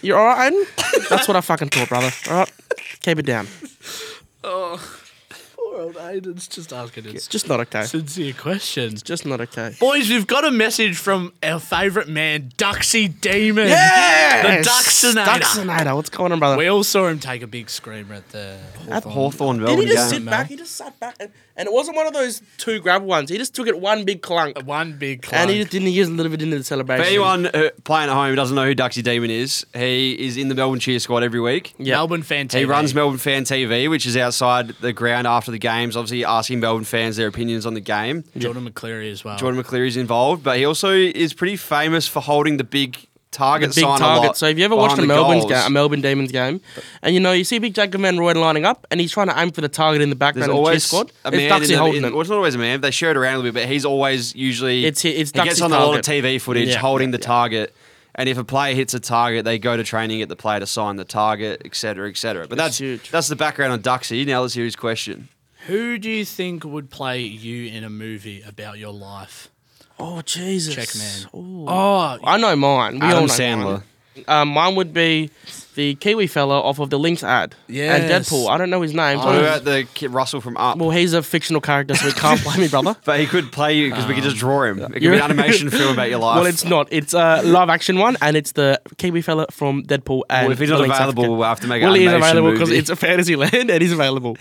S2: You're all right, Aiden? That's what I fucking thought, brother. All right? Keep it down.
S1: Poor old Aiden's just asking a
S2: It's just not okay. It's
S1: sincere question.
S2: just not okay.
S1: Boys, we've got a message from our favourite man, Duxy Demon. The Duxinator.
S2: Duxinator. What's going on, brother?
S1: We all saw him take a big screamer at the
S2: At
S1: Hawthorn.
S3: Hawthorn
S2: Did
S3: Melbourne
S2: he just
S3: game.
S2: sit back? He just sat back. And, and it wasn't one of those two grab ones. He just took it one big clunk.
S1: One big
S2: And
S1: clunk.
S2: he just didn't. He was a little bit into the celebration.
S3: For anyone uh, playing at home who doesn't know who Duxie Demon is, he is in the Melbourne cheer squad every week.
S2: Yeah.
S1: Melbourne fan
S3: He
S1: TV.
S3: runs Melbourne Fan TV, which is outside the ground after the games, obviously asking Melbourne fans their opinions on the game.
S1: Jordan McCleary as well.
S3: Jordan McCleary's involved, but he also is pretty famous for holding the big target
S2: the big
S3: sign a lot.
S2: target. So if you ever watched a
S3: behind the
S2: Melbourne
S3: goals.
S2: game, a Melbourne Demons game, and you know you see Big Jack Van Roy lining up, and he's trying to aim for the target in the
S3: There's
S2: background of the cheer
S3: always
S2: squad.
S3: a man
S2: It's
S3: in
S2: Duxie
S3: the,
S2: holding
S3: in-
S2: it.
S3: well, it's not always a man. They share it around a little bit, but he's always usually
S2: It's- it's
S3: he gets
S2: Duxie's
S3: on a lot of
S2: target.
S3: TV footage
S2: Yeah,
S3: holding
S2: yeah,
S3: the
S2: yeah.
S3: target. And if a player hits a target, they go to training, get the player to sign the target, et cetera, et cetera. But that's
S2: It's huge.
S3: that's the background on Duxie. Now let's hear his question.
S1: Who do you think would play you in a movie about your life?
S2: Oh Jesus!
S1: Check man.
S2: Ooh.
S1: Oh,
S2: I know mine. We all
S3: Adam
S2: know
S3: Sandler.
S2: Mine. Um, mine would be the Kiwi fella off of the Lynx ad. And
S1: Yes.
S2: Deadpool. I don't know his name.
S3: What about the kid Russell from Up?
S2: well, he's a fictional character, so he can't play me, brother.
S3: but he could play you because we could just draw him. It could be
S2: you're-
S3: an animation film about your life.
S2: Well, it's not. It's a live action one, and it's the Kiwi fella from Deadpool. And
S3: Well, if he's
S2: the
S3: not
S2: Lynx
S3: available,
S2: African.
S3: we'll have to make
S2: well,
S3: an
S2: he is
S3: animation
S2: available because
S3: movie.
S2: it's a fantasy land, and he's available.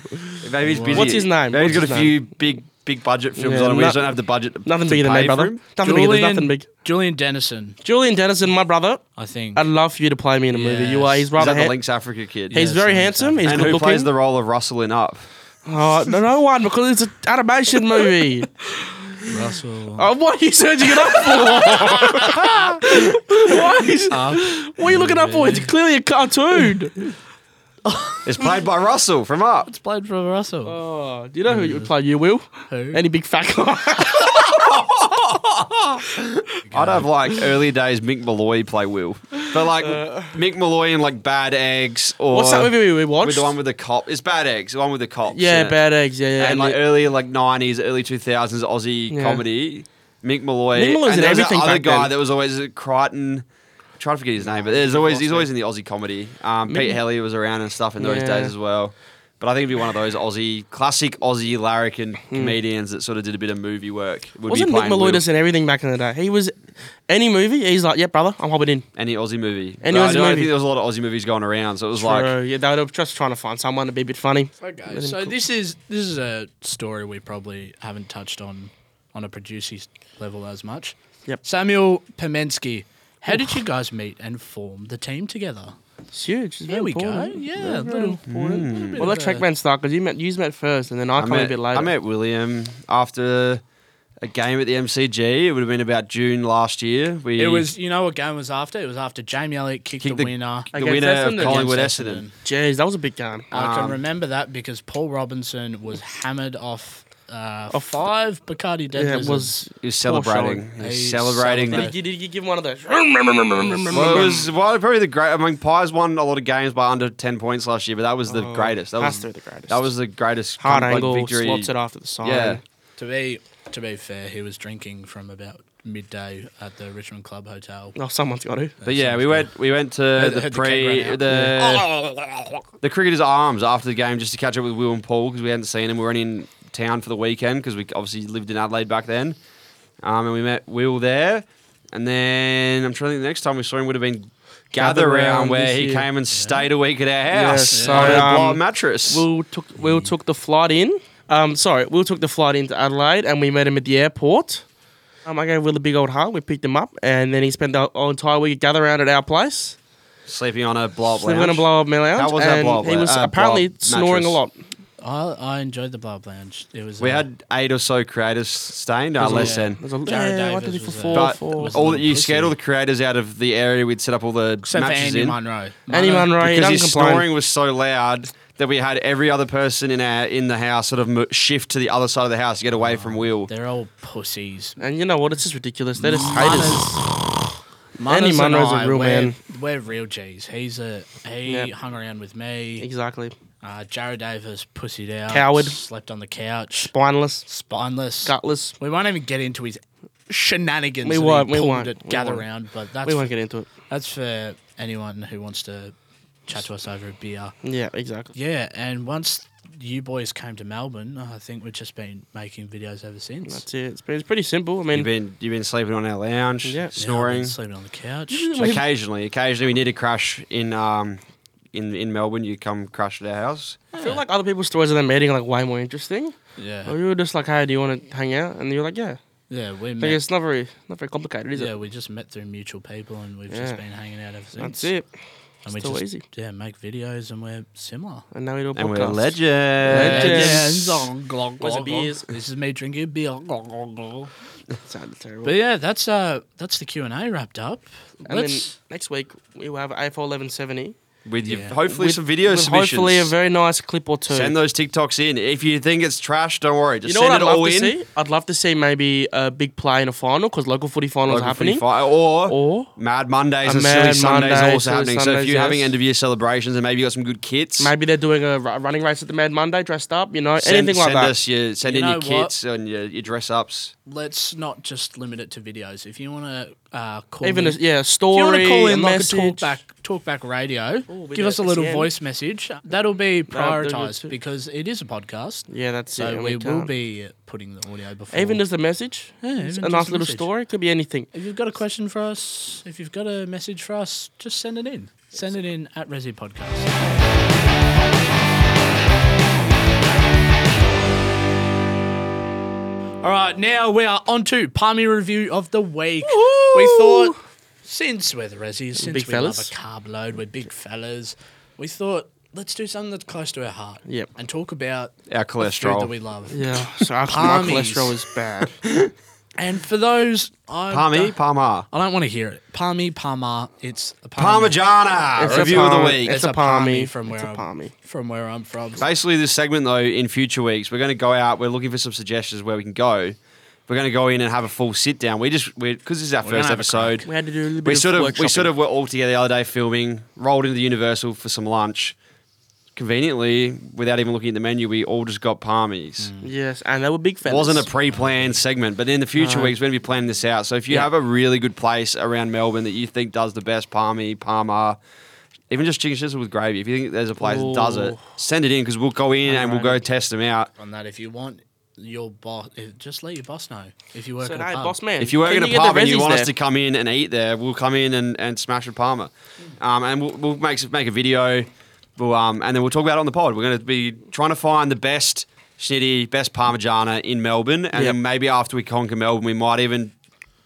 S3: Maybe he's busy.
S2: What's his name?
S3: Maybe he's
S2: What's
S3: got a
S2: his
S3: few big, big budget films
S2: Yeah,
S3: on. it. We just
S2: no-
S3: don't have the budget. To,
S2: Nothing
S3: to
S2: bigger than
S3: pay
S2: me,
S3: for
S2: brother.
S3: him.
S2: Nothing bigger. There's nothing big.
S1: Julian Dennison,
S2: Julian Dennison, my brother.
S1: I think.
S2: I'd love for you to play me in a movie. You are.
S1: Yes.
S2: He's
S3: Is
S2: rather.
S3: that the
S2: ha-
S3: Links Africa kid?
S2: He's
S1: Yes,
S2: very
S1: he's
S2: handsome. He's
S3: and
S2: good
S3: who
S2: looking.
S3: plays the role of Russell in Up?
S2: oh, no, no one because it's an animation movie.
S1: Russell.
S2: Oh, what are you searching it up for? Why is-
S1: Uh,
S2: what are you looking up for? It's clearly a cartoon.
S3: It's played by Russell from Up.
S1: Played for Russell.
S2: Oh, do you know who you would play? You will.
S1: Who?
S2: Any big fat guy.
S3: I'd have like early days Mick Malloy play Will, but like Mick Malloy in like Bad Eggs or
S2: Uh, What's that movie we watched?
S3: with the one with the cop? It's Bad Eggs, the one with the cops.
S2: yeah,
S3: in it.
S2: bad eggs. Yeah, yeah.
S3: and like
S2: the-
S3: early like nineties, early two thousands Aussie
S2: Yeah.
S3: comedy. Mick Malloy.
S2: Mick Malloy's in
S3: and there was
S2: everything
S3: That other
S2: back
S3: guy
S2: then.
S3: that was always at Crichton. I'm trying to forget his name, but there's always he's always in the Aussie comedy. Um, Pete Helly was around and stuff in those
S2: Yeah.
S3: days as well. But I think it'd be one of those Aussie classic Aussie larrikin comedians that sort of did a bit of movie work. Would
S2: Hmm. wasn't
S3: be
S2: Nick
S3: playing
S2: Malloy
S3: Will.
S2: just in everything back in the day? He was any movie. He's like, yeah, brother, I'm hopping in.
S3: any Aussie movie?
S2: Any
S3: But I
S2: Aussie
S3: don't
S2: movie.
S3: think there was a lot of Aussie movies going around, so it was
S2: True,
S3: like
S2: yeah, they were just trying to find someone to be a bit funny.
S1: Okay, so this is this is a story we probably haven't touched on on a producing level as much.
S2: Yep.
S1: Samuel Pemensky. How did you guys meet and form the team together?
S2: It's huge. It's
S1: Here
S2: very
S1: we go.
S2: important.
S1: Yeah, Hmm. a
S2: Very
S1: little.
S2: important.
S1: bit
S2: Well,
S1: of
S2: let
S1: a-
S2: Trackman start because you met you met first, and then I,
S3: I
S2: come
S3: met,
S2: a bit later.
S3: I met William after a game at the MCG. It would have been about June last year. We
S1: It was, you know what game was after? It was after Jamie Elliott kicked
S3: Kicked
S1: the,
S3: the-
S1: winner.
S3: the
S2: Against
S3: winner
S2: Essendon.
S3: of Collingwood
S1: against
S3: Essendon.
S2: Jeez, that was a big game.
S1: I
S3: Um,
S1: can remember that because Paul Robinson was hammered off uh, five Bacardi Dead
S2: Yeah, it
S1: Lizards.
S2: was.
S3: He was celebrating. He
S1: He
S3: was celebrating. the-
S1: celebrated.
S2: Did you, did you give one of those?
S3: Well, it was well, probably the great. I mean, Pies won a lot of games by under ten points last year, but that was the
S2: Oh,
S3: greatest. That
S2: has
S3: was
S2: to be the greatest.
S3: That was the greatest
S2: hard
S3: comeback
S2: angle.
S3: victory.
S2: Slots it after the sign.
S3: Yeah,
S1: To be to be fair, he was drinking from about midday at the Richmond Club Hotel.
S2: Oh, someone's got to.
S3: but yeah, we went we went to
S1: Had-
S3: the
S1: had the
S3: pre
S1: cake run out.
S3: the
S2: Oh,
S3: the cricketers' arms after the game just to catch up with Will and Paul because we hadn't seen him. We were only in town for the weekend because we obviously lived in Adelaide back then. Um, and we met Will there. And then I'm trying to think the next time we saw him would have been
S2: Gather
S3: Gather
S2: Round
S3: Round where
S2: this
S3: he
S2: year.
S3: came and stayed a week at our house
S2: Yeah,
S3: on
S2: so,
S3: a blow
S2: um,
S3: mattress.
S2: Will took Will took the flight in. Um, sorry, Will took the flight into Adelaide, and we met him at the airport. Um, I gave Will a big old hug. We picked him up, and then he spent the whole entire week gather around at our place.
S3: sleeping on a blow up
S2: So we're gonna blow up my lounge.
S3: How was that
S2: and
S3: blow up
S2: He was
S3: lounge? Uh,
S2: apparently
S3: blow up
S2: snoring a lot.
S1: I, I enjoyed the bar lounge. It was
S3: We
S1: uh,
S3: had eight or so creators staying, no,
S2: There's a-
S3: less
S2: There's
S3: than.
S2: a,
S1: Jared
S2: yeah, what
S1: Davis
S2: did he for
S1: was
S2: four,
S1: there.
S3: But
S2: four.
S1: was
S3: all that you
S1: pussy.
S3: scared all the creators out of the area. We'd set up all the
S1: except for
S3: matches
S1: Andy
S3: in.
S1: Munro.
S2: Andy Munro, he
S3: because
S2: doesn't
S3: his
S2: complain.
S3: snoring was so loud that we had every other person in our in the house sort of mo- shift to the other side of the house to get away from Will.
S1: They're all pussies.
S2: And you know what? It's just ridiculous. They're just haters.
S1: Munro's and
S2: Munro's a
S1: I,
S2: real
S1: we're,
S2: man.
S1: We're real G's. He's a he
S2: Yeah.
S1: hung around with me.
S2: Exactly.
S1: Uh, Jared Davis pussied out.
S2: Coward.
S1: Slept on the couch.
S2: Spineless,
S1: Spineless.
S2: gutless.
S1: We won't even get into his shenanigans.
S2: We
S1: that he
S2: won't, we
S1: pulled
S2: won't,
S1: At
S2: we
S1: gather
S2: won't.
S1: round, but that's
S2: We won't get into it.
S1: that's for anyone who wants to chat to us over a beer.
S2: Yeah, exactly.
S1: Yeah, and once you boys came to Melbourne, I think we've just been making videos ever since.
S2: That's it. It's, been, it's pretty simple. I
S3: You've
S2: mean,
S3: been you've been sleeping on our lounge,
S2: Yeah.
S1: Yeah, I've been
S3: snoring.
S1: sleeping on the couch.
S3: occasionally, occasionally we need a crash in um in in Melbourne. You come crash at our house.
S2: I feel like other people's stories of their meeting are like way more interesting. Or
S1: Yeah,
S2: you were just like, hey, do you want to hang out? And you're like, yeah.
S1: yeah, we
S2: Like,
S1: met.
S2: it's not very, not very complicated, is
S1: Yeah,
S2: it?
S1: we just met through mutual people, and we've just
S2: Yeah.
S1: been hanging out ever since.
S2: That's it.
S1: And we
S2: Still
S1: just
S2: easy.
S1: yeah make videos, and we're similar.
S2: And now we do a podcast.
S3: And we're legends.
S2: Legends.
S1: on glog,
S2: Where's the
S1: glog, glog.
S2: beers?
S1: This is me drinking a beer. Glog, glog, glog.
S2: Sounded terrible.
S1: But yeah, that's uh that's the Q and A wrapped up.
S2: and then
S1: Let's
S2: next week we will have AFL 1170.
S3: With you,
S1: Yeah.
S3: hopefully
S2: with-
S3: some video
S2: with
S3: submissions.
S2: Hopefully a very nice clip or two.
S3: Send those TikToks in. If you think it's trash, don't worry.
S2: you
S3: Just
S2: know what
S3: send
S2: I'd
S3: it all
S2: love to
S3: in.
S2: see? I'd love to see maybe a big play in a final because local footy finals
S3: Local
S2: are happening.
S3: Free Fire, or,
S2: Or
S3: Mad Mondays
S2: A
S3: and Silly
S2: Mad
S3: Sundays
S2: Monday,
S3: are also
S2: Silly
S3: happening. so if
S2: Sundays,
S3: you're having
S2: yes.
S3: end of year celebrations and maybe you got some good kits,
S2: maybe they're doing a ru- running race at the Mad Monday dressed up. You know,
S3: send,
S2: anything like
S3: send
S2: that.
S3: us your send
S1: You
S3: in your
S1: know what?
S3: kits and your, your dress ups.
S1: let's not just limit it to videos. If you want to uh, call
S2: Even a,
S1: in,
S2: yeah, a
S1: if
S2: story.
S1: you want to call in like
S2: message.
S1: a talk back, talk back radio,
S2: Ooh, we
S1: give
S2: do
S1: us a little
S2: SEN.
S1: voice message. That'll be
S2: That'd do good
S1: prioritized
S2: too.
S1: because it is a podcast.
S2: Yeah, that's
S1: So
S2: it. and
S1: we, will
S2: can't-
S1: be putting the audio before.
S2: Even just a message.
S1: Yeah,
S2: It's
S1: even
S2: a
S1: just
S2: nice
S1: a
S2: little
S1: message.
S2: story. Could be anything.
S1: if you've got a question for us, if you've got a message for us, just send it in. Send it in at Resi Podcast. All right, now we are on to Palmy review of the week. We thought, since we're the Resis, since
S2: Big
S1: we
S2: fellas.
S1: love a carb load, we're big fellas, we thought let's do something that's close to our heart.
S2: Yep.
S1: And talk about
S3: Our
S1: the food that
S3: cholesterol.
S1: we love.
S2: Yeah, so our, my
S1: Palmies.
S2: cholesterol is bad.
S1: And for those, I
S3: Palmy, Palma.
S1: I don't want to hear it. Palmy, Palma. It's a palmy.
S3: Parmigiana.
S2: It's a
S3: review of the
S2: palm-
S3: week.
S1: It's,
S2: It's
S1: a
S2: a
S1: palmy
S2: palmy.
S1: from where
S2: It's a
S1: I'm
S2: palmy.
S1: from where I'm from.
S3: Basically, this segment though, in future weeks, we're going to go out. We're looking for some suggestions where we can go. We're going to go in and have a full sit down. We just because this is our
S1: gonna
S3: first
S1: have a
S3: episode.
S2: We had to do a little bit
S3: We sort of
S2: workshopping.
S3: we sort of were all together the other day filming. Rolled into the Universal for some lunch. Conveniently, without even looking at the menu, we all just got palmies.
S2: Yes, and they were big
S3: It
S2: fans.
S3: wasn't a pre-planned segment, but in the future
S2: No.
S3: weeks we're going to be planning this out. So if you
S2: Yeah.
S3: have a really good place around Melbourne that you think does the best palmy, parma, even just chicken schnitzel with gravy, if you think there's a place that does it,
S2: Ooh.
S3: send it in because we'll go in and we'll go
S2: Alrighty.
S3: test them out.
S1: on that, if you want your boss, eh, just let your boss know if you work
S2: So,
S1: at a
S2: hey,
S1: pub.
S2: boss man,
S3: If you work
S2: can
S3: at a
S2: get the
S3: pub and you
S2: Rezzies
S3: want us
S2: there?
S3: to come in and eat there, we'll come in and, and smash a parma, um, and we'll, we'll make make a video, we'll, um, and then we'll talk about it on the pod. We're going to be trying to find the best schnitty, best parmigiana in Melbourne, and
S2: Yep.
S3: then maybe after we conquer Melbourne, we might even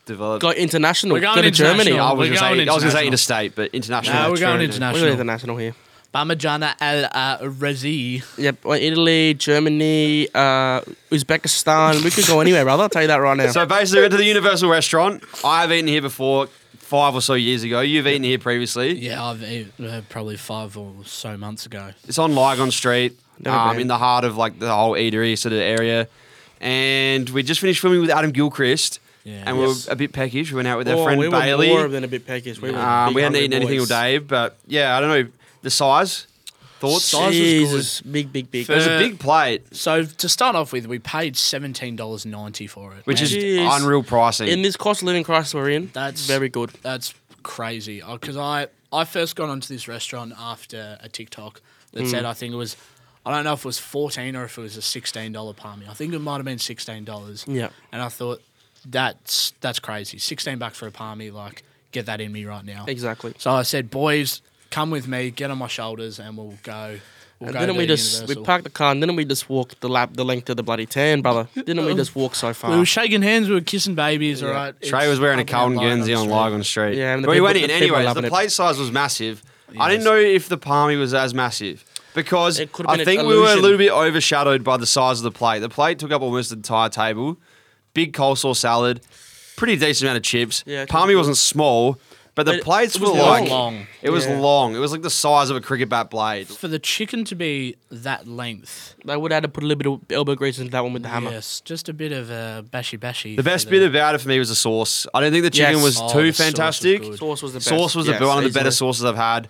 S3: develop.
S2: go international.
S1: We're going
S2: go to Germany.
S1: international.
S3: I
S2: Oh,
S3: was
S1: We're
S3: gonna say
S1: going
S3: I was gonna say
S1: international.
S3: interstate, but international.
S1: No, we're going
S3: that's true.
S2: We're going
S1: international.
S2: international here.
S1: Parmigiana al uh, Resi.
S2: Yep, well, Italy, Germany, uh, Uzbekistan. We could go anywhere, brother. I'll tell you that right now.
S3: So basically, we went to the Universal restaurant. I've eaten here before, five or so years ago. You've eaten here previously.
S1: Yeah, I've eh, uh, probably five or so months ago.
S3: It's on Lygon Street,
S2: Never
S3: um,
S2: been.
S3: in the heart of like the whole eatery sort of area. And we just finished filming with Adam Gilchrist,
S1: Yeah.
S3: and we were
S2: Yes.
S3: a bit peckish. We went out with
S2: Oh,
S3: our friend
S2: we were
S3: Bailey.
S2: more than a bit peckish. We, were
S3: um,
S2: big
S3: we hadn't
S2: hungry
S3: eaten anything all
S2: boys.
S3: day, but yeah, I don't know the size. Thoughts?
S1: Size was good.
S2: Jesus, big, big, big.
S3: It was
S1: Uh,
S3: a big plate,
S1: So to start off with, we paid seventeen dollars ninety for it,
S3: which is
S2: Jeez.
S3: unreal pricing.
S2: in this cost of living crisis we're in,
S1: Uh, That's-
S2: that's very good.
S1: That's crazy. Because I, I first got onto this restaurant after a TikTok that said,
S3: Hmm.
S1: I think it was, I don't know if it was 14 or if it was a $16 palmy. I think it might have been $16.
S3: Hmm.
S2: Yeah.
S1: And I thought, that's that's crazy. 16 bucks for a palmy, like, get that in me right now.
S2: Exactly.
S1: So I said, boys, come with me, get on my shoulders, and we'll go. We'll
S2: And
S1: go
S2: didn't
S1: to
S2: we
S1: the
S2: just we
S1: Universal."
S2: parked the car and didn't we just walk the lap the length of the bloody tan, brother? Didn't we just walk so
S1: Uh, We
S2: far?
S1: were shaking hands, we were kissing babies, all right.
S3: Trey
S1: It's
S3: was wearing a
S1: fucking
S3: Carlton
S1: outlined
S3: Guernsey
S1: the
S3: on
S1: street.
S3: Lygon Street.
S2: Yeah, and the
S3: but we
S2: people-
S3: went in
S2: the people are
S3: anyways.
S2: loving
S3: The
S2: it.
S3: plate size was massive. I didn't
S1: Yes.
S3: know if the palmy was as massive because
S2: It could've
S3: I
S2: been
S3: think
S2: an
S3: we were a
S2: illusion.
S3: little bit overshadowed by the size of the plate. The plate took up almost the entire table. Big coleslaw salad, pretty decent amount of chips.
S2: Yeah, it
S3: palmy
S2: could've-
S3: wasn't small, but the
S2: But it-
S3: plates
S2: it
S3: were
S2: was
S3: like
S1: long.
S3: It was
S2: Yeah.
S3: long. It was like the size of a cricket bat blade.
S1: For the chicken to be that length,
S2: They would have had to put a little bit of elbow grease into that one with the hammer.
S1: Yes, just a bit of a bashy bashy.
S3: The best bit about it for me was the sauce. I don't think the chicken
S2: Yes.
S3: was
S1: Oh,
S3: too
S1: the sauce was
S3: fantastic.
S1: good.
S2: Sauce was the best.
S3: Sauce was the,
S2: Yes,
S3: one of the better
S2: easily.
S3: sauces I've had.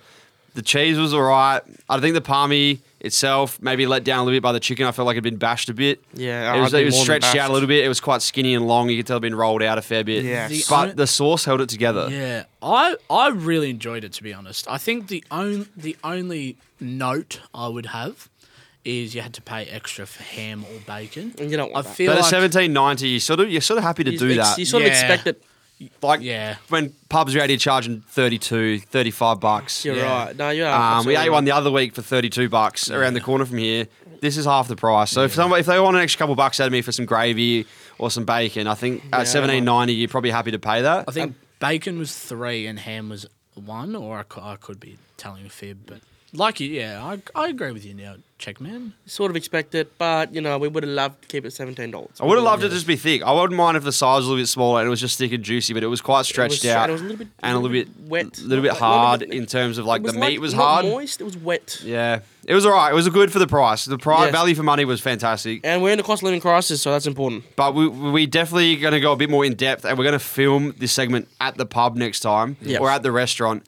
S3: The cheese was all right. I think the palmy itself maybe let down a little bit by the chicken. I felt like it'd been bashed a bit.
S2: Yeah,
S3: it was,
S2: I'd be
S3: it was
S2: more than
S3: stretched out
S2: bashed.
S3: a little bit. It was quite skinny and long. You could tell it'd been rolled out a fair bit.
S2: Yes.
S1: The
S3: but
S1: on-
S3: the sauce held it together.
S1: Yeah, I I really enjoyed it to be honest. I think the only the only note I would have is you had to pay extra for ham or bacon.
S2: And you don't
S1: I
S2: want that.
S1: feel
S3: But at
S1: like
S3: seventeen ninety, you sort of you're sort of happy to
S2: You-
S3: do
S2: ex-
S3: that.
S2: You sort of
S1: Yeah.
S2: expect that
S3: like
S1: yeah.
S3: when pubs are out here charging 32, 35 bucks.
S2: You're
S1: Yeah.
S2: right. No, you're
S3: Um, we
S2: Oh, absolutely
S3: ate
S2: right.
S3: one the other week for thirty-two bucks around the corner from here. This is half the price. So if somebody, if they want an extra couple bucks out of me for some gravy or some bacon, I think
S2: Yeah, I
S3: at seventeen ninety, you're probably happy to pay that.
S1: I think bacon was three and ham was one, or I cou- I could be telling a fib. But like you, yeah, I, I agree with you now, check man.
S2: Sort of expect it, but you know we would have loved to keep it seventeen dollars.
S3: I would have loved it to just be thick. I wouldn't mind if the size was a little bit smaller and it was just thick and juicy, but it was quite stretched out
S2: It was a little bit
S3: and a little bit
S2: wet,
S3: a little bit
S2: Not- not-
S3: hard
S2: not-
S3: in terms of like the
S2: it
S3: meat was
S2: not
S3: hard.
S2: moist. It was wet.
S3: Yeah, it was all right. It was good for the price. The price
S2: Yes.
S3: value for money was fantastic,
S2: And we're in a cost of living crisis, so that's important.
S3: but we we definitely going to go a bit more in depth, and we're going to film this segment at the pub next time
S2: Yeah.
S3: or at the restaurant,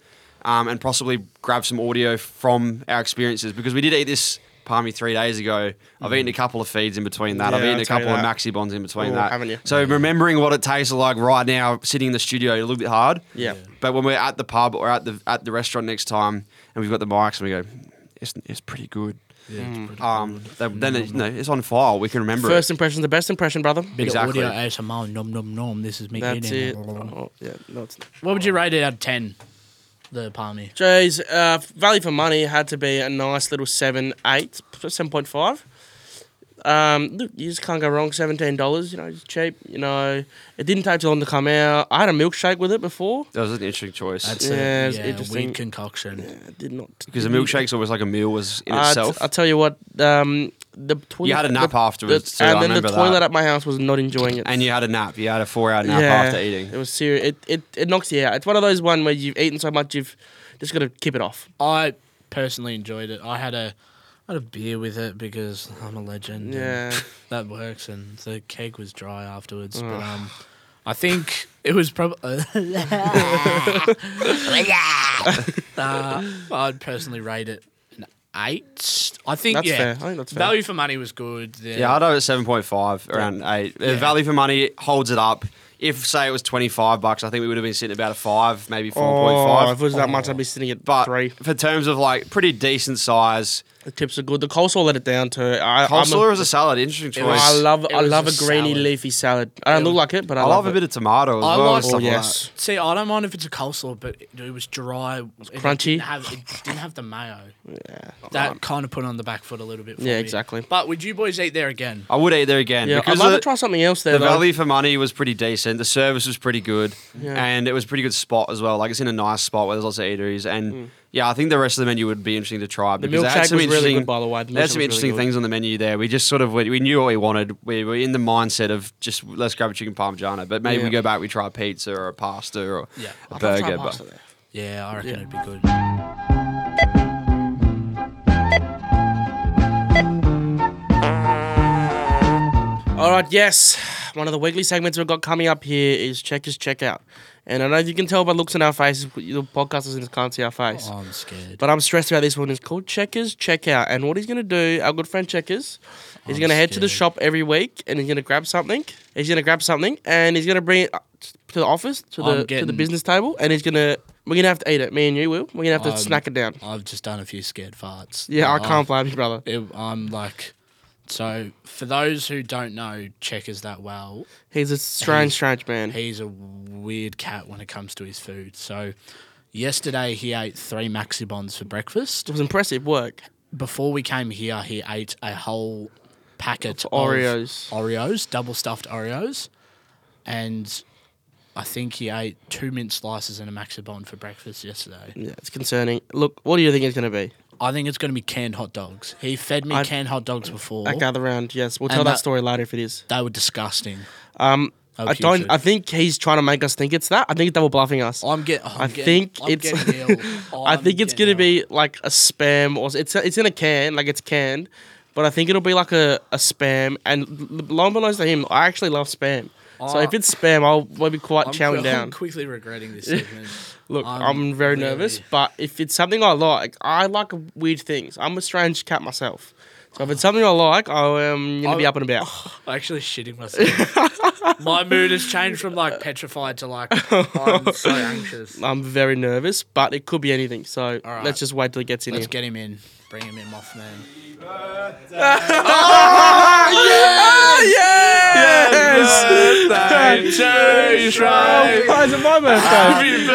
S3: um, and possibly grab some audio from our experiences because we did eat this palmy three days ago. I've eaten a couple of feeds in between that. I've
S2: Yeah,
S3: eaten
S2: I'll
S3: a
S2: tell you
S3: couple of
S2: that.
S3: maxi bonds in between
S2: Ooh,
S3: that.
S2: haven't you?
S3: So remembering what it tasted like right now, sitting in the studio, a little bit hard.
S2: Yeah.
S3: But when we're at the pub or at the at the restaurant next time, and we've got the mics, and we go, it's, it's pretty good.
S1: Yeah, it's pretty
S3: Um, th- then it, no, it's on file. We can remember
S2: Mm. First
S3: it.
S2: impression, the best impression, brother.
S1: Bit
S3: exactly.
S1: of audio ASMR, nom nom nom. This is me.
S2: That's
S1: eating.
S2: it. Oh, yeah, no, it's not.
S1: What would you rate it out of ten? The palmy.
S2: Jay's uh, value for money had to be a nice little seven, eight, seven point five. Um, look, you just can't go wrong. Seventeen dollars, you know, it's cheap. You know, it didn't take too long to come out. I had a milkshake with it before.
S3: That was an interesting choice
S1: That's
S2: Yeah,
S1: a
S2: it's
S1: yeah,
S2: interesting.
S1: weird concoction.
S2: It did not
S3: because a milkshake's always like a meal was in
S2: I t-
S3: itself.
S2: I tell you what, um, the toilet.
S3: you had a nap
S2: the-
S3: afterwards, too,
S2: the-
S3: I
S2: and then the
S3: remember
S2: toilet
S3: that.
S2: at my house was not enjoying it.
S3: and you had a nap. You had a four-hour nap after eating.
S2: It was serious. It, it it knocks you out. It's one of those one where you've eaten so much you've just got to keep it off.
S1: I personally enjoyed it. I had a I had a beer with it because I'm a
S3: Mm.
S1: legend. and
S2: Yeah.
S1: that works. And the keg was dry afterwards. But um, I think it was probably. uh, I'd personally rate it an eight. I think
S2: That's
S1: yeah,
S2: fair. I think that's fair.
S1: value for money was good. The,
S3: Yeah, I'd have it seven point five, around eight. Uh,
S1: Yeah.
S3: Value for money holds it up. If say it was twenty-five bucks, I think we would have been sitting about a five, maybe four point five.
S2: Oh, if it was that much, I'd be sitting at
S3: but
S2: three.
S3: for terms of like pretty decent size,
S2: The tips are good. The coleslaw let it down too. I,
S3: coleslaw
S2: I'm a-
S3: is a salad. Interesting
S1: was-
S3: choice.
S2: I love
S1: it
S2: I
S1: was
S2: love
S1: a
S2: a greeny
S1: salad.
S2: leafy salad. I don't
S1: It
S2: look
S1: was-
S2: like it, but I,
S3: I love a
S2: it.
S3: bit of tomato as
S1: I
S3: well.
S1: like-
S3: and stuff
S2: Oh
S3: like
S2: yes,
S1: See, I don't mind if it's a coleslaw, but it, it was dry. It
S2: crunchy.
S1: Didn't have, it didn't have the mayo. That kind of put on the back foot a little bit. For
S2: Yeah,
S1: me.
S2: exactly.
S1: But would you boys eat there again?
S3: that. I would eat there again
S2: yeah. I'd
S3: because
S2: love
S3: the-
S2: to try something else there.
S3: The
S2: though.
S3: value for money was pretty decent. The service was pretty good,
S2: Yeah.
S3: and it was a pretty good spot as well. Like it's in a nice spot where there's lots of eateries, and yeah, I think the rest of the menu would be interesting to try.
S2: Hmm. The
S3: because they had
S2: milkshake
S3: some
S2: was really
S3: interesting-
S2: good, by the way. The
S3: they had
S2: milkshake was
S3: some
S2: really
S3: interesting
S2: good.
S3: things on the menu there. We just sort of we, we knew what we wanted. We were in the mindset of just let's grab a chicken parmigiana, but maybe we
S2: Yeah.
S3: go back, we try a pizza or a pasta or
S1: Yeah.
S3: a
S2: I'd love to try
S3: burger.
S2: pasta
S3: But
S2: there.
S1: Yeah, I reckon
S2: Yeah.
S1: it'd be good.
S2: All right, yes. One of the weekly segments we've got coming up here is Checkers Checkout. And I know you can tell by looks on our faces, the podcast listeners can't see our face.
S1: Oh, I'm scared.
S2: But I'm stressed about this one. It's called Checkers Checkout. And what he's going to do, our good friend Checkers, he's
S1: I'm
S2: going to head to the
S1: scared.
S2: shop every week and he's going to grab something. He's going to grab something and he's going to bring it up to the office, to
S1: I'm
S2: the, to the
S1: getting-
S2: business table. And he's going to, we're going to have to eat it. Me and you will. We're going to have to
S1: I'm-
S2: snack it down.
S1: I've just done a few scared farts.
S2: Yeah, I
S1: Uh,
S2: can't blame you, brother.
S1: it- I'm like, so for those who don't know checkers that well,
S2: He's a strange, strange man.
S1: he's a weird cat when it comes to his food. So yesterday he ate three maxi bonds for breakfast.
S2: It was impressive work.
S1: before we came here, he ate a whole packet of
S2: Oreos.
S1: Oreos, double stuffed Oreos, and I think he ate two mint slices and a maxi bond for breakfast yesterday.
S2: Yeah, it's concerning. Look, what do you think it's going to be?
S1: I think it's going to be canned hot dogs. He fed me
S2: I-
S1: canned hot dogs before.
S2: That gather round, yes. We'll tell
S1: And
S2: that,
S1: that-
S2: story later if it is.
S1: They were disgusting.
S2: Um,
S1: Oh,
S2: I don't.
S1: putrid.
S2: I think he's trying to make us think it's that. I think he's double bluffing us.
S1: I'm, get, I'm
S2: I
S1: getting.
S2: think
S1: I'm
S2: it's-
S1: Getting ill.
S2: I
S1: I'm
S2: think it's
S1: getting
S2: gonna
S1: ill.
S2: be like a spam, or it's it's in a can, like it's canned, but I think it'll be like a, a spam. And l- lo and below to him, I actually love spam. so
S1: Oh.
S2: if it's spam, I'll, I'll be quite
S1: I'm,
S2: chowing
S1: I'm
S2: down.
S1: quickly regretting this segment.
S2: Look,
S1: I'm
S2: I'm, very
S1: really-
S2: nervous, but if it's something I like, I like weird things. I'm a strange cat myself. So if it's something I like, I am gonna be
S1: I'm-
S2: up and about.
S1: I'm actually shitting myself. My mood has changed from like petrified to like I'm so anxious.
S2: I'm very nervous, but it could be anything. So
S1: All right.
S2: let's just wait till it gets in
S1: Let's
S2: here.
S1: get him in. Bring him in, Mothman.
S2: Oh,
S3: Yes! Birthday to
S2: Why is it my
S1: Ah.
S2: birthday?
S3: Happy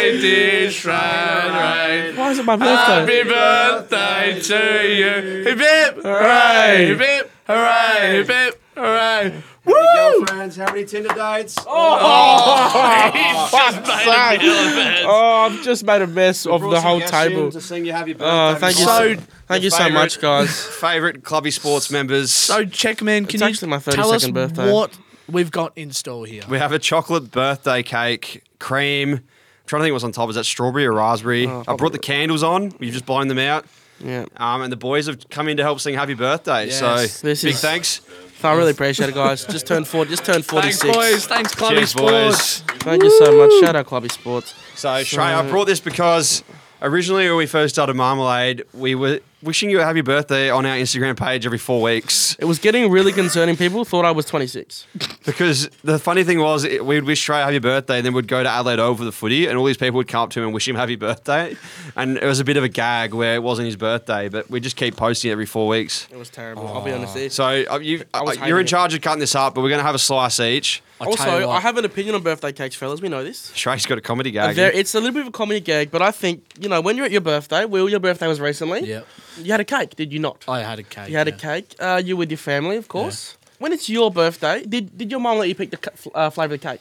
S3: birthday, dear Shrine.
S2: Why is it my birthday?
S3: birthday to you. Hip hip, hooray, hip hip, hooray, hip hip, hooray. many girlfriends? How many Tinder dates?
S2: Oh,
S1: He's just made a meal of it.
S2: Oh, I've just made a mess of the whole table.
S3: Just seeing you have your birthday.
S2: Oh, thank you
S1: So-
S2: so, thank you so
S3: favourite-
S2: much, guys.
S3: Favorite clubby sports members.
S1: So, Checkman, can
S2: It's
S1: you
S2: actually my
S1: tell us
S2: 32nd birthday.
S1: what we've got in store here?
S3: we have a chocolate birthday cake, cream. I'm trying to think what's on top. Is that strawberry or
S2: Oh,
S3: raspberry? I brought the candles on. We've just blown them out.
S2: Yeah,
S3: Um, and the boys have come in to help sing happy birthday.
S2: Yes,
S3: so
S2: this
S3: big
S2: is-
S3: thanks.
S2: so I really appreciate it, guys. Just turned four, just turned
S1: Thanks,
S2: forty-six.
S1: boys. Thanks, Clubby
S3: Cheers,
S1: Sports.
S3: boys.
S2: Thank you so much. Shout out Clubby Sports.
S3: So, Shay, I brought this because originally when we first started Marmalade, we were wishing you a happy birthday on our Instagram page every four weeks.
S2: It was getting really concerning. People thought I was twenty-six.
S3: Because the funny thing was, it- we'd wish Shay a happy birthday, and then we'd go to Adelaide over the footy, and all these people would come up to him and wish him happy birthday. And it was a bit of a gag where it wasn't his birthday, but we just keep posting every four weeks.
S2: It was terrible. I'll be honest. It-
S3: So uh, you,
S2: I was
S3: uh, you're
S2: hating
S3: in
S2: it.
S3: charge of cutting this up, but we're going to have a slice each.
S1: tell you
S2: also,
S1: what.
S2: I have an opinion on birthday cakes, fellas. We know this.
S3: Shay's got a comedy
S2: A
S3: gag.
S2: ver- it's a little bit of a comedy gag, but I think you know when you're at your birthday. Will your birthday was recently?
S1: Yep.
S2: You had a cake, did you not?
S1: I had a cake.
S2: You had
S1: yeah.
S2: a cake. Uh, you with your family, of course. When it's your birthday, did did your mum let you pick the cu- fl- uh, flavor of the cake?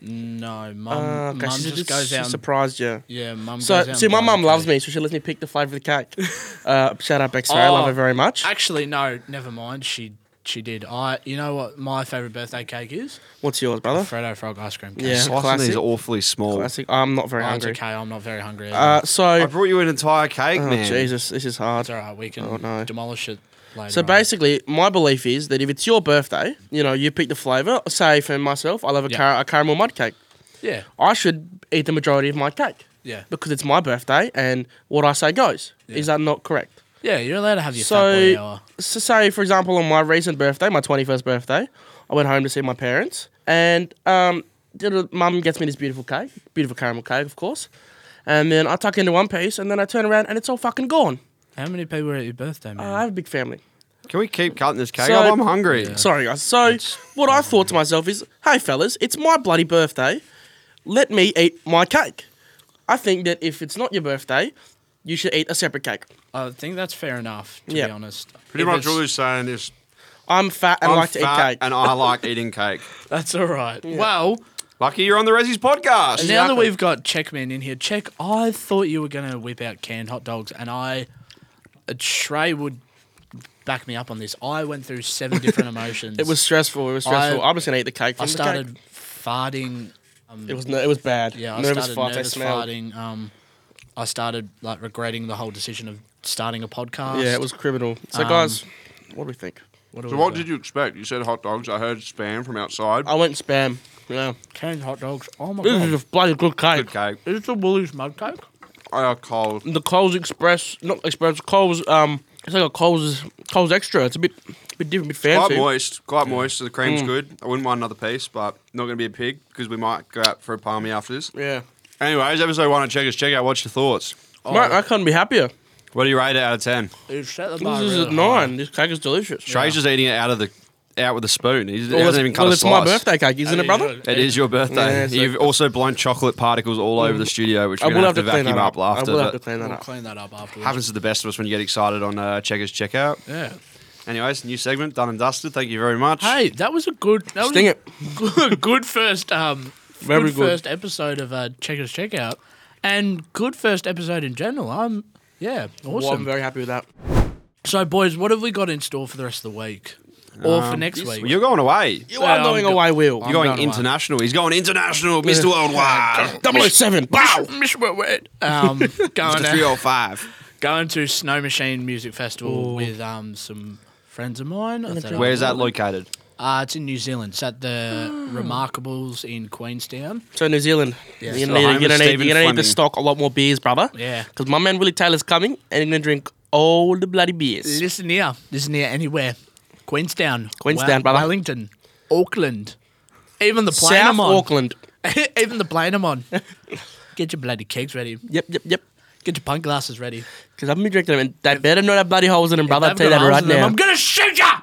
S1: No,
S2: Uh,
S1: mum.
S2: okay,
S1: Um, mum
S2: she
S1: just goes
S2: she
S1: out. and-
S2: surprised you.
S1: Yeah, mum. goes
S2: So,
S1: out
S2: see,
S1: and
S2: my
S1: buys
S2: mum
S1: a
S2: loves
S1: cake.
S2: me, so she lets me pick the flavour of the cake. uh, shout out Bex Ray, I love
S1: Oh.
S2: her very much.
S1: Actually, no, never mind. She she did. I. You know what my favorite birthday cake is?
S2: What's yours, brother?
S1: Freddo Frog ice cream cake.
S2: Yeah.
S3: Slicing
S2: classic.
S3: these are awfully small.
S2: Classic. I'm not very
S1: Mine's
S2: hungry.
S1: okay. I'm not very hungry. Either.
S2: Uh,
S3: I
S2: so,
S3: brought you an entire cake,
S2: oh,
S3: man.
S2: Jesus, this is hard.
S1: it's all right. We can
S2: oh, no.
S1: demolish it later.
S2: So
S1: on.
S2: basically, my belief is that if it's your birthday, you know, you pick the flavour. Say for myself, I love a,
S1: Yeah.
S2: car- a caramel mud cake.
S1: yeah,
S2: I should eat the majority of my cake
S1: yeah,
S2: because it's my birthday and what I say goes. Is that not correct?
S1: yeah. You're allowed to have your
S2: So-
S1: fat boy hour.
S2: So say for example, on my recent birthday, my twenty first birthday, I went home to see my parents, and um, did a- mum gets me this beautiful cake, beautiful caramel cake, of course, and then I tuck it into one piece, and then I turn around and it's all fucking gone.
S1: How many people are at your birthday, man?
S2: Uh, I have a big family.
S3: Can we keep cutting this cake?
S2: So-
S3: up? I'm hungry.
S2: Sorry, guys. So, what I thought to myself is, hey, fellas, it's my bloody birthday. Let me eat my cake. I think that if it's not your birthday, you should eat a separate cake.
S1: I think that's fair enough. To
S2: Yeah.
S1: be honest,
S3: Pretty
S1: If
S3: much
S1: it's-
S3: all he's saying is
S2: I'm fat and
S3: I'm
S2: like to eat
S3: fat
S2: cake.
S3: and I like eating cake.
S1: That's all right. Well,
S3: Lucky you're on the Resi's podcast.
S2: And
S1: now that
S2: Exactly.
S1: we've got Checkman in here, Check, I thought you were going to whip out canned hot dogs, and I, uh, Trey would back me up on this. I went through seven different emotions.
S2: It was stressful. It was stressful.
S1: I-
S2: I, was gonna eat the cake. From
S1: I
S2: the cake.
S1: started farting. Um,
S2: It was no, it was bad.
S1: yeah, I
S2: nervous
S1: started
S2: farts. I
S1: nervous
S2: smelled.
S1: farting. Um, I started like regretting the whole decision of starting a podcast.
S2: Yeah, it was criminal. So,
S1: Um,
S2: guys, what do we think?
S1: What
S4: So what did you expect? You said hot dogs. I heard spam from outside.
S2: I went spam. Yeah,
S1: Canned hot dogs. Oh my
S2: this
S1: god!
S2: is a bloody good cake.
S3: Good cake.
S1: Is this a Woolies mud cake?
S4: I are cold.
S2: The Coles Express, not Express, Coles. Um, it's like a Coles Coles Extra. It's a bit, bit different, bit fancy. Mm.
S4: Quite moist, quite moist. So the cream's good. I wouldn't mind another piece, but not going to be a pig because we might go out for a palmy after this.
S2: Yeah.
S3: Anyways, episode one of Checkers. Check out. What's your thoughts?
S2: Mate, I couldn't be happier.
S3: What do you rate it out of ten?
S1: You set the
S2: This
S1: bar
S2: is
S1: really
S2: at
S1: high.
S2: nine. This cake is delicious.
S3: Trey's just eating it out of the out with a spoon. He
S2: Well,
S3: hasn't
S2: it's-
S3: even cut
S2: well,
S3: a
S2: it's my
S3: slice.
S2: birthday cake, isn't it, brother?
S3: It is your birthday.
S2: Yeah, so- Mm.
S3: You've also blown chocolate particles all over the studio, which
S2: I
S3: we're
S2: will
S3: gonna
S2: have
S3: have,
S2: to clean
S3: vacuum
S2: that
S3: up
S2: up. I
S3: after.
S2: will have
S3: but
S2: to clean that
S1: We'll
S2: up.
S1: clean that up afterwards.
S3: happens to the best of us when you get excited on uh, Checkers Checkout.
S1: yeah.
S3: Anyways, new segment done and dusted. Thank you very much.
S1: Hey, that was a good. That was
S2: Sting
S1: a
S2: it.
S1: Good, good first. Um,
S2: Very
S1: good,
S2: good.
S1: first episode of uh, Checkers Checkout, and good first episode in general. I'm yeah,
S2: Well, I'm
S1: awesome.
S2: very happy with that.
S1: so, boys, what have we got in store for the rest of the week, or for next week?
S3: Well, you're going away.
S2: Um, You are
S1: I'm
S2: going
S1: go-
S2: away, Will.
S3: You're going
S1: going away.
S3: international. He's going international, Mr. Worldwide.
S2: 007.
S1: Wow, Miss Wet. Um, going
S3: Mr.
S1: to,
S3: 305.
S1: going to Snow Machine Music Festival with um some friends of mine. I said I
S3: Where's that
S1: would.
S3: located?
S1: Uh, it's in New Zealand. It's at the Remarkables in Queenstown.
S2: So New Zealand.
S1: Yeah. So
S2: You're
S3: home
S2: gonna, need, you're
S3: of
S2: gonna, need,
S3: Stephen
S2: you're gonna need to
S3: Fleming.
S2: stock a lot more beers, brother.
S1: Yeah.
S2: Because my man Willie Taylor's coming and he's gonna drink all the bloody beers.
S1: Listen here. Listen here. Anywhere. Queenstown.
S2: Queenstown, brother.
S1: Wellington. Auckland. Even the plane
S2: South
S1: I'm on.
S2: Auckland.
S1: Even the plane I'm on. Get your bloody cakes ready.
S2: Yep, yep, yep.
S1: Get your pint glasses ready.
S2: Because I've been drinking them and they better not have bloody holes in them, brother. I'll
S1: I've
S2: tell you
S1: got
S2: that
S1: arms
S2: right
S1: in them.
S2: now.
S1: I'm going to shoot ya!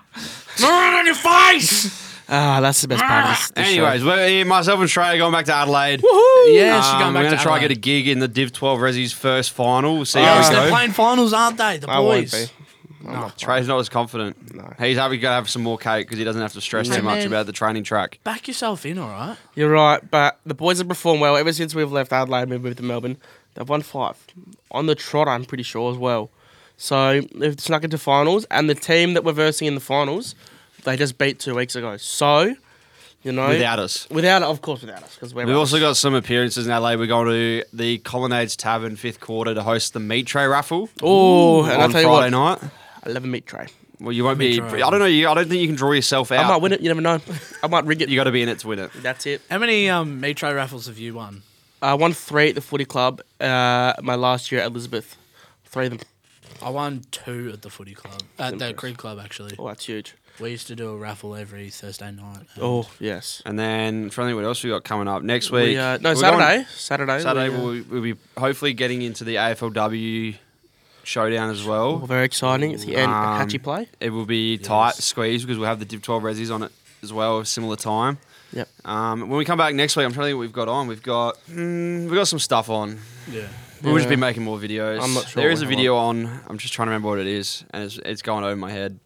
S1: Right on your face!
S2: Ah, that's the best part of this. this show.
S3: Anyways, we're here, myself and Trey are going back to Adelaide.
S1: yeah, she's
S3: Um,
S1: going back
S3: we're
S1: to
S3: gonna try and get a
S1: Adelaide. Oh,
S3: gig in the Div 12 Resi's first final. We'll see
S1: Yes,
S3: how we
S1: they're
S3: go.
S1: playing finals, aren't they? The
S2: I won't
S1: boys.
S2: I'm not
S3: Trey's not as confident.
S2: No.
S3: He's having got to have some more cake because he doesn't have to stress
S1: Yeah.
S3: too much
S1: Man.
S3: about the training track.
S1: Back yourself in, all right?
S2: You're right, but the boys have performed well ever since we've left Adelaide and moved to Melbourne. They've won five on the trot, I'm pretty sure as well. So they've snuck into finals, and the team that we're versing in the finals, they just beat two weeks ago. So, you know,
S3: Without us.
S2: without of course, without us because we're
S3: We've also got some appearances in Adelaide. We're going to the Colonnades Tavern fifth quarter to host the meat tray raffle
S2: oh, and I
S3: on
S2: tell you
S3: Friday
S2: what,
S3: night.
S2: I love a meat tray.
S3: Well, you won't
S1: Meat
S3: be.
S1: tray.
S3: I don't know. You, I don't think you can draw yourself out.
S2: I might win it. You never know. I might rig it.
S3: You got to be in it to win it.
S2: That's it.
S1: How many um, meat tray raffles have you won?
S2: I won three at the footy club. Uh, my last year at Elizabeth, three of them.
S1: I won two at the footy club, at the
S2: Impressive.
S1: Creed Club actually.
S2: Oh, that's huge.
S1: We used to do a raffle every Thursday night.
S2: Oh yes.
S3: And then, trying to think what else we got coming up next week.
S2: We, uh, no,
S3: we're
S2: Saturday,
S3: going-
S2: Saturday.
S3: Saturday,
S2: we, uh,
S3: we'll, we'll be hopefully getting into the AFLW showdown as well.
S2: very exciting. It's the end.
S3: Um,
S2: Catchy play.
S3: It will be tight squeeze because we'll have the Div 12 resis on it as well, similar time.
S2: Yep.
S3: Um, when we come back next week, I'm trying to think what we've got on. We've got mm, we've got some stuff on.
S1: Yeah.
S3: We'll just be
S2: Yeah.
S3: making more videos.
S2: I'm not sure
S3: There is a
S2: what I
S3: video on. I'm just trying to remember what it is, and it's, it's going over my head.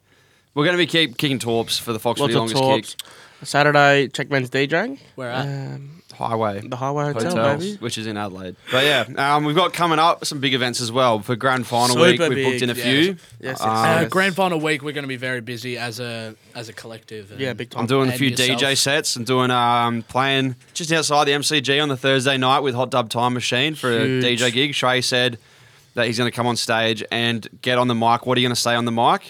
S3: We're going to be keep kicking torps for the Fox for
S2: Lots
S3: the
S2: of
S3: longest
S2: talks. Saturday, Checkman's DJing.
S1: Where at?
S2: Um,
S3: kick highway.
S2: the Highway Hotel,
S3: Hotel,
S2: baby.
S3: which is in Adelaide. But yeah, um, we've got coming up some big events as well for grand final
S2: Super
S3: week. We've booked
S2: big,
S3: in a
S1: yeah.
S3: few.
S2: Yes, yes,
S3: Um,
S1: Uh,
S2: yes.
S1: Grand final week, we're going to be very busy as a as a collective. and-
S2: Yeah, big time.
S3: I'm doing a
S1: And
S3: few
S1: yourself.
S3: DJ sets and doing um, playing just outside the MCG on the Thursday night with Hot Dub Time Machine for
S2: Huge.
S3: a DJ gig. Trey said that he's going to come on stage and get on the mic. What are you going to say on the mic?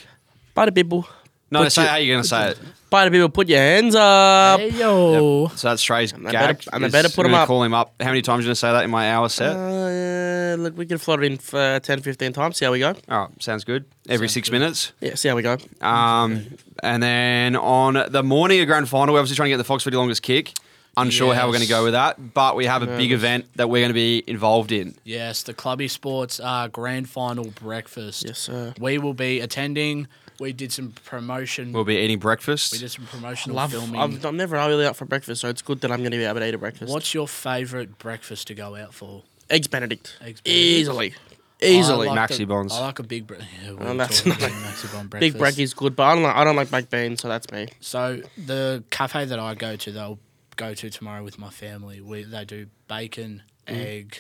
S2: Bada bibble.
S3: No,
S2: Put
S3: say
S2: your-
S3: how you're going to say it.
S2: Bada bibble, put your hands up.
S1: Hey yo.
S3: So that's Trey's
S2: And
S3: gag.
S2: I better- and I
S3: is
S2: better put
S3: I'm
S2: him
S3: gonna
S2: up.
S3: Call him up. How many times are you going to say that in my hour set?
S2: Uh, look, we can float it in for 10, 15 times. See how we go.
S3: All right, sounds good. Every
S1: Sounds
S3: six
S1: good.
S3: minutes.
S2: Yeah, see how we go.
S3: Um, and then on the morning of grand final, we're obviously trying to get the Fox Footy longest kick. Unsure how we're going to
S1: Yes.
S3: go with that, but we have a big
S2: Nervous.
S3: event that we're going to be involved in.
S1: Yes, the Clubby Sports uh, Grand Final breakfast.
S2: Yes, sir.
S1: We will be attending. We did some promotion.
S3: We'll be eating breakfast.
S1: we did some promotional
S2: Love.
S1: filming.
S2: I'm, I'm never really out for breakfast, so it's good that I'm going to be able to eat a breakfast.
S1: What's your favourite breakfast to go out for?
S2: Eggs Benedict.
S1: Eggs Benedict.
S2: Easily. Easily.
S1: I like
S3: Maxi
S1: the-
S3: Bonds.
S1: I like a big. Bre- yeah, we
S2: Oh,
S1: were
S2: that's
S1: talking
S2: not-
S1: about Maxi Bond breakfast.
S2: Big breakie's good, but I don't like, I don't like baked beans, so that's me.
S1: So the cafe that I go to, they'll go to tomorrow with my family. We they do bacon,
S3: Mm-hmm.
S1: egg.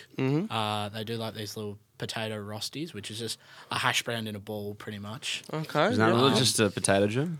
S1: Uh, they do like these little potato rosties, which is just a hash brown in a ball, pretty much.
S2: Okay.
S3: Isn't that
S2: Oh, yeah.
S3: really just a potato gym?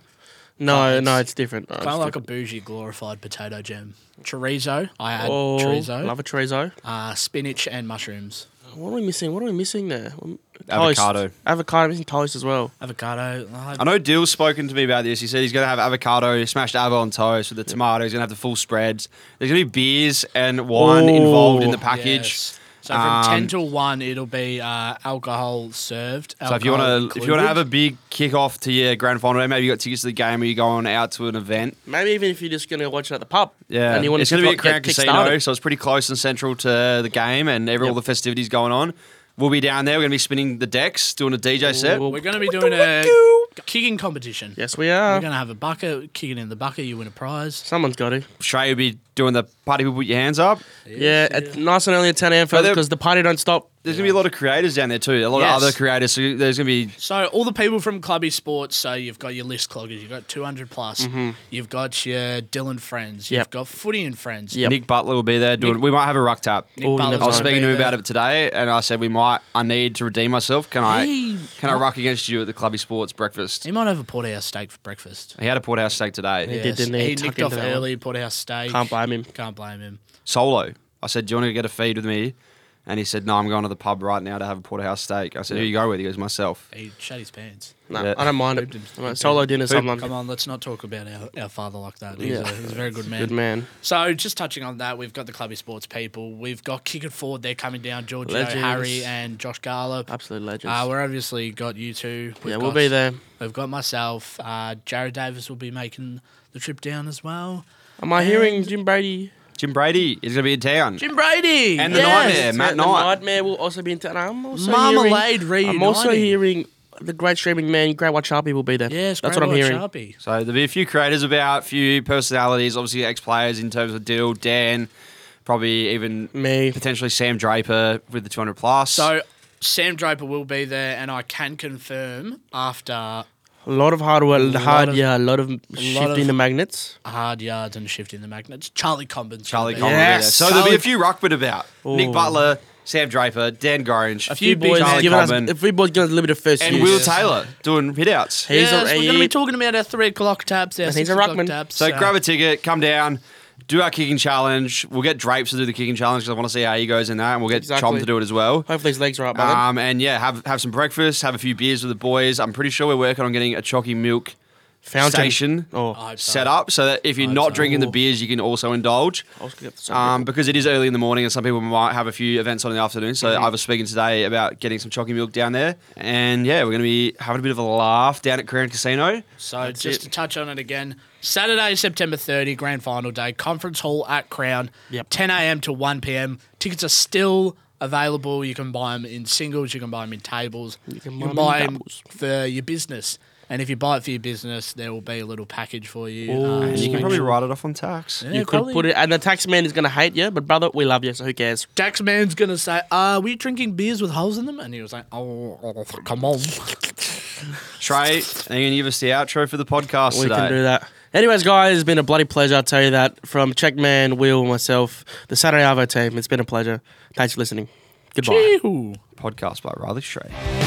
S2: No,
S1: It's-
S2: no, it's different. No, it's
S1: Kind of like a
S2: different.
S1: bougie glorified potato jam. Chorizo. I had
S2: oh,
S1: chorizo.
S2: Love a chorizo.
S1: Uh, spinach and mushrooms.
S2: What are we missing? What are we missing there? Um, Toast.
S3: Avocado.
S2: Avocado. Missing toast as well.
S1: Avocado. I like-
S3: I know Dill's spoken to me about this. He said he's going to have avocado, smashed avocado on toast with the tomato. He's going to have the full spreads. There's going to be beers and wine
S2: Oh.
S3: involved in the package.
S1: Yes. So from
S3: Um,
S1: 10 till 1, it'll be uh, alcohol served.
S3: So if you want to, if you want to have a
S1: a
S3: big kick off to your grand final, day, maybe you got tickets to the game, or you're going out to an event.
S2: Maybe even if you're just going to watch it at the pub.
S3: Yeah,
S2: And you want
S3: it's
S2: to
S3: going to be at
S2: get
S3: Crown Casino,
S2: kick-started.
S3: so it's pretty close and central to the game and every, all
S2: Yep.
S3: the festivities going on. We'll be down there. We're going to be spinning the decks, doing a DJ set.
S2: Ooh.
S1: We're going to be doing a kicking competition.
S2: Yes, we
S1: We're
S2: are.
S1: going to have a bucket, kicking in the bucket, you win a prize.
S2: Someone's got to.
S3: Shay will be doing the party. People put your hands up.
S2: Yeah, at, nice and early at 10 a.m.
S3: Are there-
S2: because the party don't stop.
S3: There's going to be a lot of creators down there too. A lot
S1: Yes.
S3: of other creators. So there's going to be
S1: So all the people from Clubby Sports, so you've got your list cloggers, you've got 200 plus, you've got your Dylan friends, you've
S2: Mm-hmm. Yep.
S1: got Footy and friends.
S2: Yep.
S3: Nick Butler will be there. Doing. We might have a ruck tap.
S1: Nick
S2: Oh, you
S1: Butler's
S2: never
S3: I was
S1: gonna
S3: speaking
S1: be
S3: to him about
S1: there.
S3: it today, and I said we might. I need to redeem myself. Can I?
S1: Hey.
S3: Can I ruck against you at the Clubby Sports breakfast?
S1: He might have a porterhouse steak for breakfast.
S3: He had a porterhouse steak today.
S2: He did, didn't he?
S1: He
S2: Tuck
S1: nicked
S2: into
S1: off
S2: that one.
S1: early, porterhouse steak.
S2: Can't blame him.
S1: Can't blame him.
S3: solo. I said, "Do you want to get a feed with me?" And he said, "No, I'm going to the pub right now to have a porterhouse steak." I said, "Who you go with?" He goes, "Myself."
S1: He shat his pants.
S2: No,
S3: Yeah.
S2: I don't mind it. I don't- Solo dinner sometimes.
S1: Come on, let's not talk about our, our father like that. He's,
S2: Um, Yeah.
S1: a, he's a very good man.
S2: Good man.
S1: So, just touching on that, we've got the Clubby Sports people. We've got Kick It Forward. They're coming down. Giorgio,
S2: Legends.
S1: Harry, and Josh Garlop.
S2: Absolute legends.
S1: Uh, we're obviously got you two. We've
S2: yeah, we'll
S1: got-
S2: be there.
S1: We've got myself. Uh, Jared Davis will be making the trip down as well.
S2: Am I hearing Jim Brady?
S3: Jim Brady is going to be in town.
S1: Jim Brady
S3: And the Nightmare, Matt
S2: the
S3: Knight.
S2: Nightmare will also be in town. I'm also
S1: Marmalade
S2: hearing, I'm also
S1: reuniting.
S2: hearing the great streaming man, Great White Sharpie, will be there.
S1: Yes,
S2: that's
S1: great
S2: what I'm
S1: white
S2: hearing.
S1: Sharpie.
S3: So there'll be a few creators about, a few personalities, obviously ex-players in terms of Dill, Dan, probably even
S2: Me.
S3: potentially Sam Draper with the 200 plus.
S1: So Sam Draper will be there, and I can confirm after
S2: A lot of hard work, hard
S1: of-
S2: yeah, a lot of
S1: of-
S2: shifting the magnets.
S1: hard yards and shifting the magnets. Charlie Combin's
S3: Charlie
S1: will be
S3: Coleman.
S1: there.
S2: Yes.
S3: So there'll be a
S2: Charlie-
S3: few ruckmen about. Nick
S2: Ooh.
S3: Butler, Sam Draper, Dan Gorringe,
S2: A few
S1: big
S2: boys
S3: Charlie
S2: giving us,
S3: Coleman.
S2: a few boys giving us a little bit of first
S3: and
S2: use.
S3: Will Taylor doing hitouts.
S2: He's
S1: yes,
S2: a-
S1: we're going to
S2: he-
S1: be talking about our three o'clock tabs, our
S2: And
S1: six
S2: he's a
S1: o'clock
S2: ruckman.
S1: tabs. uh,
S3: So grab a ticket, come down, do our kicking challenge. We'll get Drapes to do the kicking challenge because I want to see how he goes in that, and we'll get Chom
S2: Exactly.
S3: to do it as well.
S2: Hopefully his legs are up by then.
S3: Um, and yeah, have have some breakfast, have a few beers with the boys. I'm pretty sure we're working on getting a chalky milk
S2: Fountain.
S3: station
S2: Oh,
S1: I hope so.
S3: set up so that if you're not
S1: so.
S3: drinking the beers, you can also indulge.
S2: I was gonna get the
S3: Um, because it is early in the morning, and some people might have a few events on in the afternoon. So
S2: Mm-hmm.
S3: I was speaking today about getting some chalky milk down there, and yeah, we're going to be having a bit of a laugh down at Crown Casino.
S1: So just to touch on it again, Saturday, September 30, grand final day, conference hall at Crown,
S2: Yep.
S1: 10 a.m. to 1 p.m. Tickets are still available. You can buy them in singles, you can buy them in tables, you can,
S2: can buy 'em in
S1: buy them
S2: doubles.
S1: for your business. And if you buy it for your business, there will be a little package for you.
S2: Ooh.
S1: Uh,
S3: And
S1: just
S3: you can
S1: make
S3: probably
S1: sure-
S3: write it off on tax.
S1: Yeah,
S2: you could
S1: probably.
S2: put it, and the tax man is gonna hate you, but brother, we love you, so who cares?
S1: Dax man's gonna say, "Are we drinking beers with holes in them?" And he was like, "Oh, come on."
S3: Trey, are you going to give us the outro for the podcast
S2: We
S3: today?
S2: can do that. Anyways, guys, it's been a bloody pleasure. I'll tell you that from Checkman, Will, myself, the Saturday Arvo team. It's been a pleasure. Thanks for listening. Goodbye.
S1: Yee-hoo.
S3: Podcast by Riley Trey.